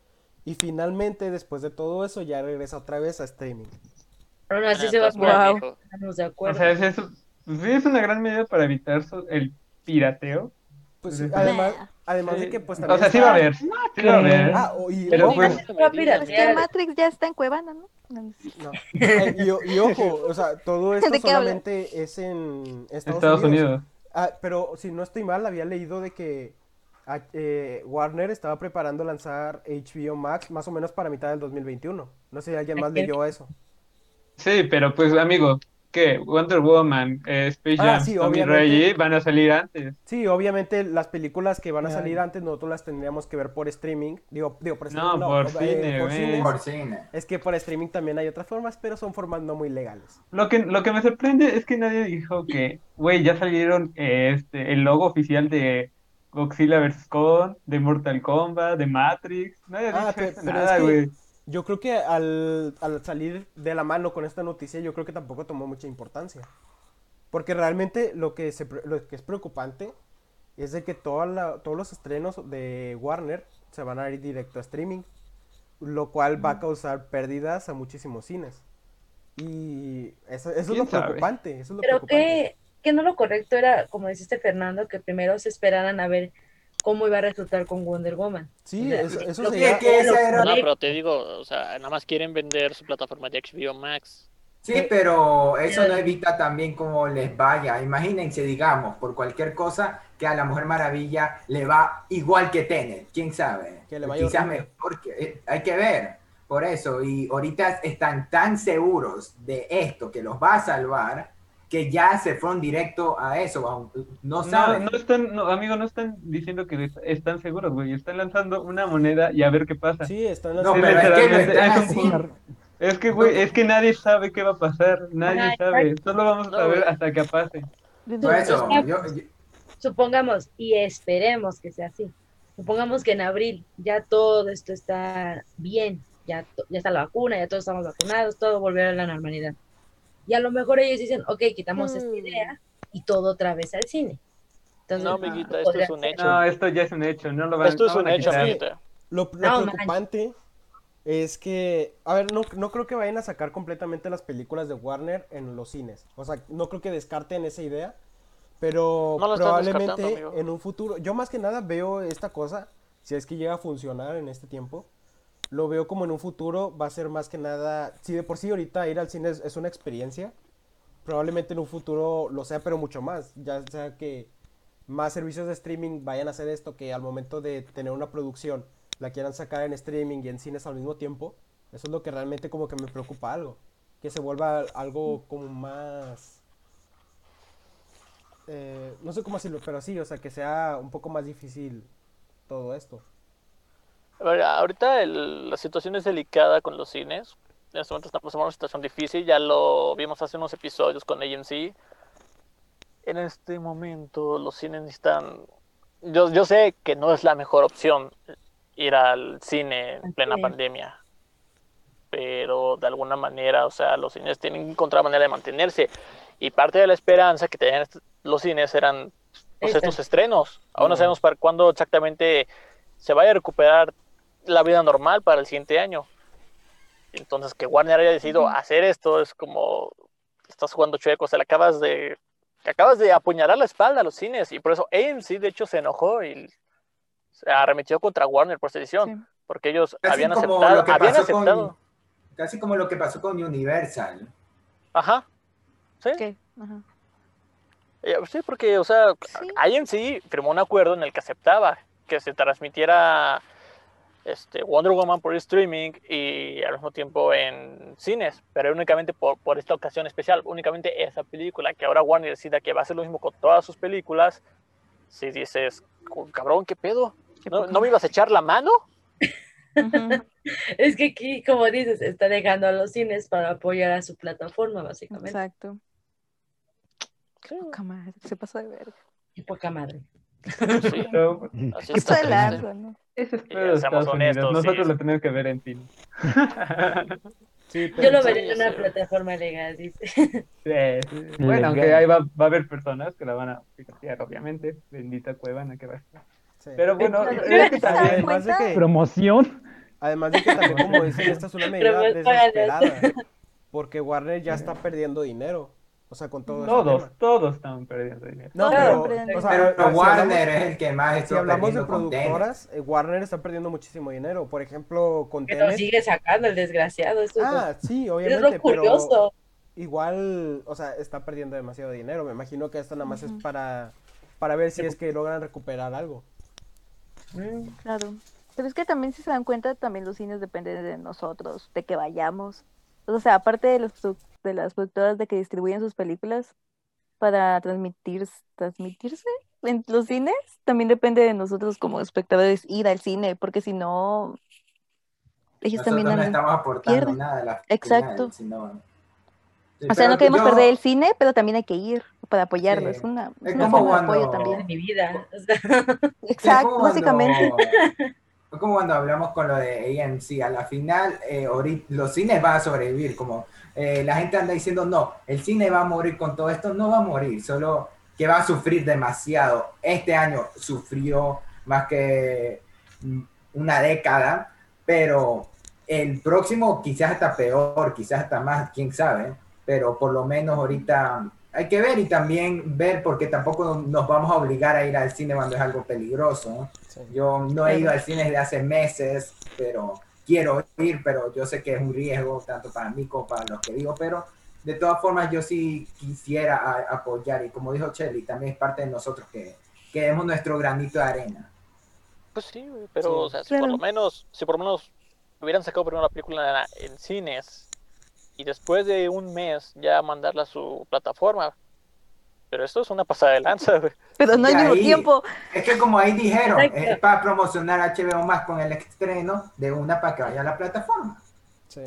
y finalmente después de todo eso ya regresa otra vez a streaming. No, no, así Ah, se va a estás mal, poner, Guau. mijo. estamos de O acuerdo. sea, es, es- pues sí, es una gran medida para evitar so- el pirateo. Pues Ujú. además, Nah. además de Sí. que pues o también sea, sí va a está- haber. Sí va a haber. Ah, o- y, Pero ojo, pues- Se va a Es que piratear. Matrix ya está en Cuevana, ¿no? No, no. Eh, *laughs* y, y ojo, o sea, todo esto *laughs* ¿De qué hablas? solamente es en Estados, Estados Unidos. Unidos. Ah, pero si no estoy mal, había leído de que ah, eh, Warner estaba preparando lanzar HBO Max más o menos para mitad del 2021. No sé si alguien más leyó eso. Sí, pero pues, amigo, ¿qué? Wonder Woman, eh, Space Ah, Jam, sí, Tommy obviamente. Rey van a salir antes. Sí, obviamente las películas que van a Ya. salir antes nosotros las tendríamos que ver por streaming. Digo, digo por streaming. eh, No, por cine, por güey. cine. Por cine. Es que por streaming también hay otras formas, pero son formas no muy legales. Lo que, lo que me sorprende es que nadie dijo que, güey, ya salieron eh, este, el logo oficial de Godzilla vs. Kong, de Mortal Kombat, de Matrix. Nadie ha Ah, dicho pe- eso, pero es nada, que- güey. Yo creo que al, al salir de la mano con esta noticia, yo creo que tampoco tomó mucha importancia. Porque realmente lo que, se pre- lo que es preocupante es de que toda la- todos los estrenos de Warner se van a ir directo a streaming, lo cual va a causar pérdidas a muchísimos cines. Y eso, eso es lo ¿Quién sabe? preocupante. Eso es lo Pero preocupante. que, que no lo correcto era, como dijiste Fernando, que primero se esperaran a ver cómo iba a resultar con Wonder Woman. Sí, ¿eh? eso, eso Sí, sería- es que esa era- No, pero te digo, o sea, nada más quieren vender su plataforma de HBO Max. Sí, pero eso no evita también cómo les vaya. Imagínense, digamos, por cualquier cosa que a la Mujer Maravilla le va igual que Tenet, quién sabe. Que le vaya Quizás horrible. mejor que eh, hay que ver. Por eso, y ahorita están tan seguros de esto que los va a salvar que ya se fueron directo a eso. aun- No No, saben. no están, no, amigo, no están diciendo que est- están seguros, güey. Están lanzando una moneda y a ver qué pasa. Sí, están No, lanzando- pero es que lo literalmente, están es un haciendo. Es que, güey, es que nadie sabe qué va a pasar. Nadie Ajá, sabe. Solo vamos No, a ver güey. hasta que pase. Por eso, yo- yo- Supongamos, y esperemos que sea así, supongamos que en abril ya todo esto está bien, ya, to- ya está la vacuna, ya todos estamos vacunados, todo volverá a la normalidad. Y a lo mejor ellos dicen, ok, quitamos esta Mm. idea y todo otra vez al cine. Entonces, No, no amiguita, esto es podría un ser. hecho. No, esto ya es un hecho. No lo van, esto es no un van Ah, a hecho, quitar. amiguita. Lo, lo No, man. preocupante es que, a ver, no, no creo que vayan a sacar completamente las películas de Warner en los cines. O sea, no creo que descarten esa idea, pero No lo están probablemente descartando, amigo. en un futuro, yo más que nada veo esta cosa, si es que llega a funcionar en este tiempo, lo veo como en un futuro va a ser más que nada, si de por sí ahorita ir al cine es, es una experiencia, probablemente en un futuro lo sea, pero mucho más. Ya sea que más servicios de streaming vayan a hacer esto, que al momento de tener una producción la quieran sacar en streaming y en cines al mismo tiempo. Eso es lo que realmente como que me preocupa algo. Que se vuelva algo como más... eh, no sé cómo decirlo, pero sí, o sea, que sea un poco más difícil todo esto. A ver, ahorita el- la situación es delicada con los cines. En este momento estamos pasando una situación difícil, ya lo vimos hace unos episodios con AMC. En este momento los cines necesitan... Yo, yo sé que no es la mejor opción ir al cine en plena Así es. pandemia, pero de alguna manera, o sea, los cines tienen que encontrar manera de mantenerse. Y parte de la esperanza que tenían est- los cines eran pues, Esa. estos estrenos. Aún no Mm. sabemos para cuándo exactamente se vaya a recuperar la vida normal para el siguiente año. Entonces, que Warner haya decidido hacer esto es como estás jugando chueco, se le acabas de acabas de apuñalar la espalda a los cines y por eso AMC de hecho se enojó y se arremetió contra Warner por esa decisión, Sí. porque ellos Casi habían como aceptado, lo que habían pasó con- aceptado. Casi como lo que pasó con Universal. Ajá. Sí. ¿Qué? Ajá. Eh, Sí, porque, o sea, Sí. IMC firmó un acuerdo en el que aceptaba que se transmitiera este, Wonder Woman por streaming y al mismo tiempo en cines, pero únicamente por, por esta ocasión especial, únicamente esa película, que ahora Warner decida que va a hacer lo mismo con todas sus películas, si dices, "Oh, cabrón, ¿qué pedo? Qué ¿No, poca no me ibas a echar la mano? Ujú. Es que aquí, como dices, está dejando a los cines para apoyar a su plataforma, básicamente. Exacto. Sí, Poca madre, se pasó de verga. Qué poca madre. sí, Pero así Qué está triste. pelazo, Pues ¿no? eso es Y pedo de seamos Estados Unidos. honestos, sí, Nosotros sí. lo tenemos que ver en cine. Sí, Yo lo Sí, veré en una sí. plataforma legal, dice. Sí, sí. Bueno, aunque Legal. ahí va, va a haber personas que la van a piratear, obviamente. Bendita Cuevana que va a estar. sí. Pero bueno, Claro. creo que ¿Se dan también. Además de cuenta? que- Promoción. Además de que también, como dicen, esta es una medida Pero, págale. desesperada. Porque Warner ya está perdiendo dinero. O sea, con todo este Todos, tema. todos están perdiendo dinero. No, Todos pero, aprenden. o sea, Pero si hablamos- Warner es el que más Si está hablamos de perdiendo con Tenet. productoras, eh, Warner está perdiendo muchísimo dinero. Por ejemplo, con Que nos Tenet- sigue sacando el desgraciado. Esto es lo- Ah, sí, es obviamente, lo curioso. pero igual, o sea, está perdiendo demasiado dinero. Me imagino que esto nada más Ujú. es para, para ver si es que logran recuperar algo. Claro. Pero es que también si se dan cuenta, también los cines dependen de nosotros, de que vayamos. O sea, aparte de, los, produ- de las productoras de que distribuyen sus películas para transmitir, transmitirse en los cines, también depende de nosotros como espectadores ir al cine, porque si no, Nosotros ellos también no andan- estamos aportando pierden. nada a la Exacto. final, sino- Sí, O sea, no pero queremos yo- perder el cine, pero también hay que ir para apoyarlo. Sí. Es una, es Es una como forma de apoyo cuando- de también. mi vida. O sea, Sí, es Exacto, como cuando- *laughs* básicamente. *laughs* Es como cuando hablamos con lo de AMC, a la final eh, ahorita- los cines van a sobrevivir, como eh, la gente anda diciendo, no, el cine va a morir con todo esto, no va a morir, solo que va a sufrir demasiado. Este año sufrió más que mm, una década, pero el próximo quizás hasta peor, quizás hasta más, quién sabe, pero por lo menos ahorita hay que ver y también ver porque tampoco nos vamos a obligar a ir al cine cuando es algo peligroso. ¿no? Sí. Yo no he ido al cine desde hace meses, pero quiero ir, pero yo sé que es un riesgo tanto para mí como para los que digo, pero de todas formas yo sí quisiera a- apoyar y como dijo Chelly, también es parte de nosotros que, que demos nuestro granito de arena. Pues sí, güey, pero Sí. o sea, si por Claro. lo menos, si por lo menos hubieran sacado primero la película en, en cines y después de un mes ya mandarla a su plataforma. Pero esto es una pasada de lanza, güey. Pero no al De mismo ahí- tiempo. Es que como ahí dijeron, Exacto. es para promocionar HBO más con el estreno de una para que vaya a la plataforma. Sí.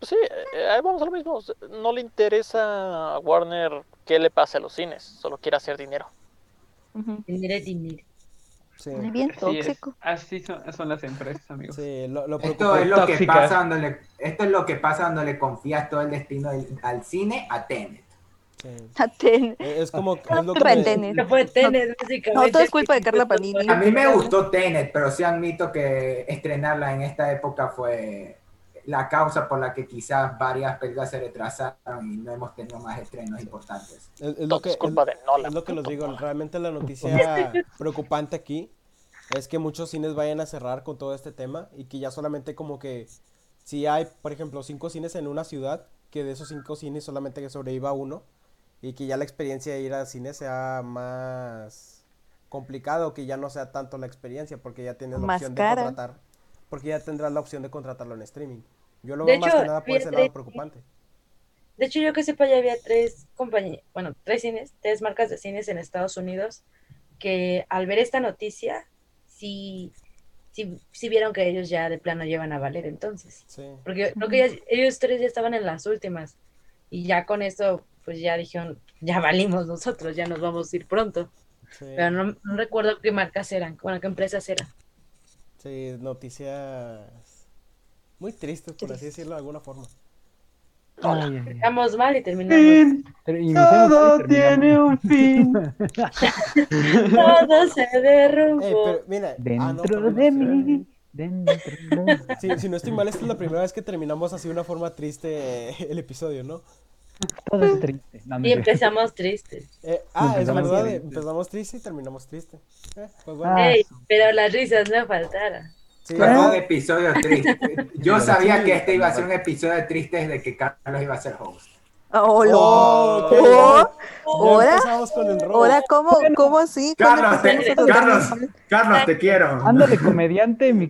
Pues sí, eh, ahí vamos a lo mismo. o sea, No le interesa a Warner qué le pase a los cines, solo quiere hacer dinero. Ujú. dinero es dinero. Sí. Es bien Así, es. tóxico. Así son, son las empresas, amigos. Sí, lo, lo Esto es preocupante- lo que Tóxica. pasa cuando le, esto es lo que pasa cuando le confías todo el destino del- al cine a Tenet. sí. Aten- Eh, Es como es lo que me- Retenes. No fue tener, básicamente. No, todo es culpa de Carla Panini. A mí me gustó Tenet, pero sí admito que estrenarla en esta época fue la causa por la que quizás varias películas se retrasaron y no hemos tenido más estrenos importantes. es- es lo Todo que es es- culpa de Nolan. Es lo que les puto digo, Nolan. realmente la *laughs* noticia preocupante aquí es que muchos cines vayan a cerrar con todo este tema y que ya solamente como que si hay, por ejemplo, cinco cines en una ciudad, que de esos cinco cines solamente que sobreviva uno y que ya la experiencia de ir al cine sea más complicado, que ya no sea tanto la experiencia, porque ya tienes la Más opción cara. de contratar, porque ya tendrás la opción de contratarlo en streaming. Yo lo De veo más hecho, que nada por ese fíjate lado que- preocupante. *laughs* De hecho, yo que sepa, ya había tres compañías, bueno, tres cines, tres marcas de cines en Estados Unidos que al ver esta noticia, sí, sí, sí vieron que ellos ya de plano llevan a valer entonces. Sí. Porque creo que ya- ellos tres ya estaban en las últimas. Y ya con esto, pues ya dijeron, ya valimos nosotros, ya nos vamos a ir pronto. Sí, Pero no, no recuerdo qué marcas eran, bueno, qué empresas eran. sí, noticias muy tristes, por así decirlo de alguna forma. Ay, ay, ay. Estamos mal y terminamos. Fin. Pero iniciamos Todo y tiene terminamos. un fin. Todo se derrumbó. Ey, pero mira, ah, no, Dentro pero no, de sí. mí. Dentro *laughs* de mí. Sí, si no estoy mal, esta es la primera vez que terminamos así de una forma triste eh, el episodio, ¿no? Todo es triste. No, no Y es cierto. empezamos tristes. Eh, ah, es Pues Empezamos verdad, triste. empezamos triste y terminamos triste. Eh, pues bueno, Ah, Ey, pero las risas no faltaron. sí, Fue un ah, episodio triste. Yo sabía que este iba a ser un episodio triste desde que Carlos iba a ser host. ¡Oh, lo- Oh, qué oh, ya ¿Ahora? empezamos con el eh, robo. ahora, ¿cómo, ¿cómo así? ¿Cuándo Carlos, te- empezamos nosotros Carlos. también? Carlos, te quiero. Ando de comediante, mi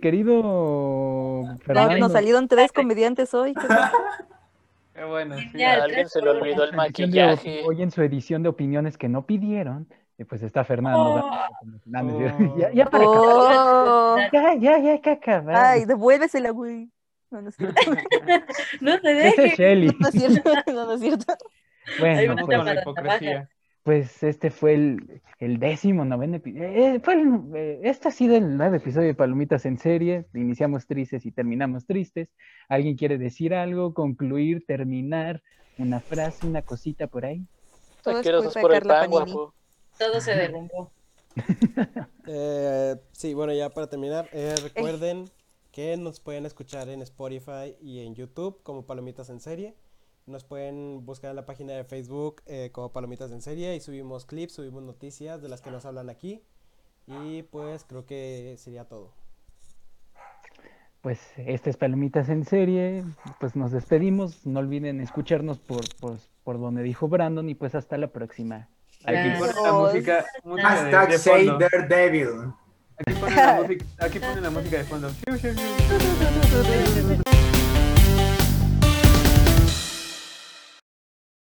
querido No, Fernando. Nos salieron tres comediantes hoy. ¿qué *laughs* tal? Qué bueno, sí. A Ya, alguien tres se le por uno. olvidó el edición de op- maquillaje. Hoy en su edición de opiniones que no pidieron, eh, pues está Fernando. dando- No, no es cierto. *laughs* Oh. Ya, ya para acabar. Oh, Ya, ya, ya hay que acabar. ay, devuélvesela, güey. No, no es cierto. No te Ese dejes. es *laughs* Shelly. No es cierto. No, no es cierto. Ahí Bueno, me pues, está con la hipocresía. pues este fue el, el décimo noveno eh, episodio. este ha sido el nuevo episodio de Palomitas en serie. Iniciamos tristes y terminamos tristes. ¿Alguien quiere decir algo? ¿Concluir? ¿Terminar? ¿Una frase? ¿Una cosita por ahí? Todo Quiero es dos culpa por de el Carla pan, Panini. guapo. Todo se derrumbó. Eh, sí, bueno, ya para terminar, eh, recuerden que nos pueden escuchar en Spotify y en YouTube como Palomitas en Serie. Nos pueden buscar en la página de Facebook eh, como Palomitas en Serie y subimos clips, subimos noticias de las que nos hablan aquí. Y pues creo que sería todo. Pues este es Palomitas en serie, pues nos despedimos, no olviden escucharnos por, por, por donde dijo Brandon y pues hasta la próxima. Aquí Gracias. pone la música, música de, Hashtag de Save fondo. Their Devil. Aquí pone la música, aquí pone la música de fondo. Shiu, shiu, shiu.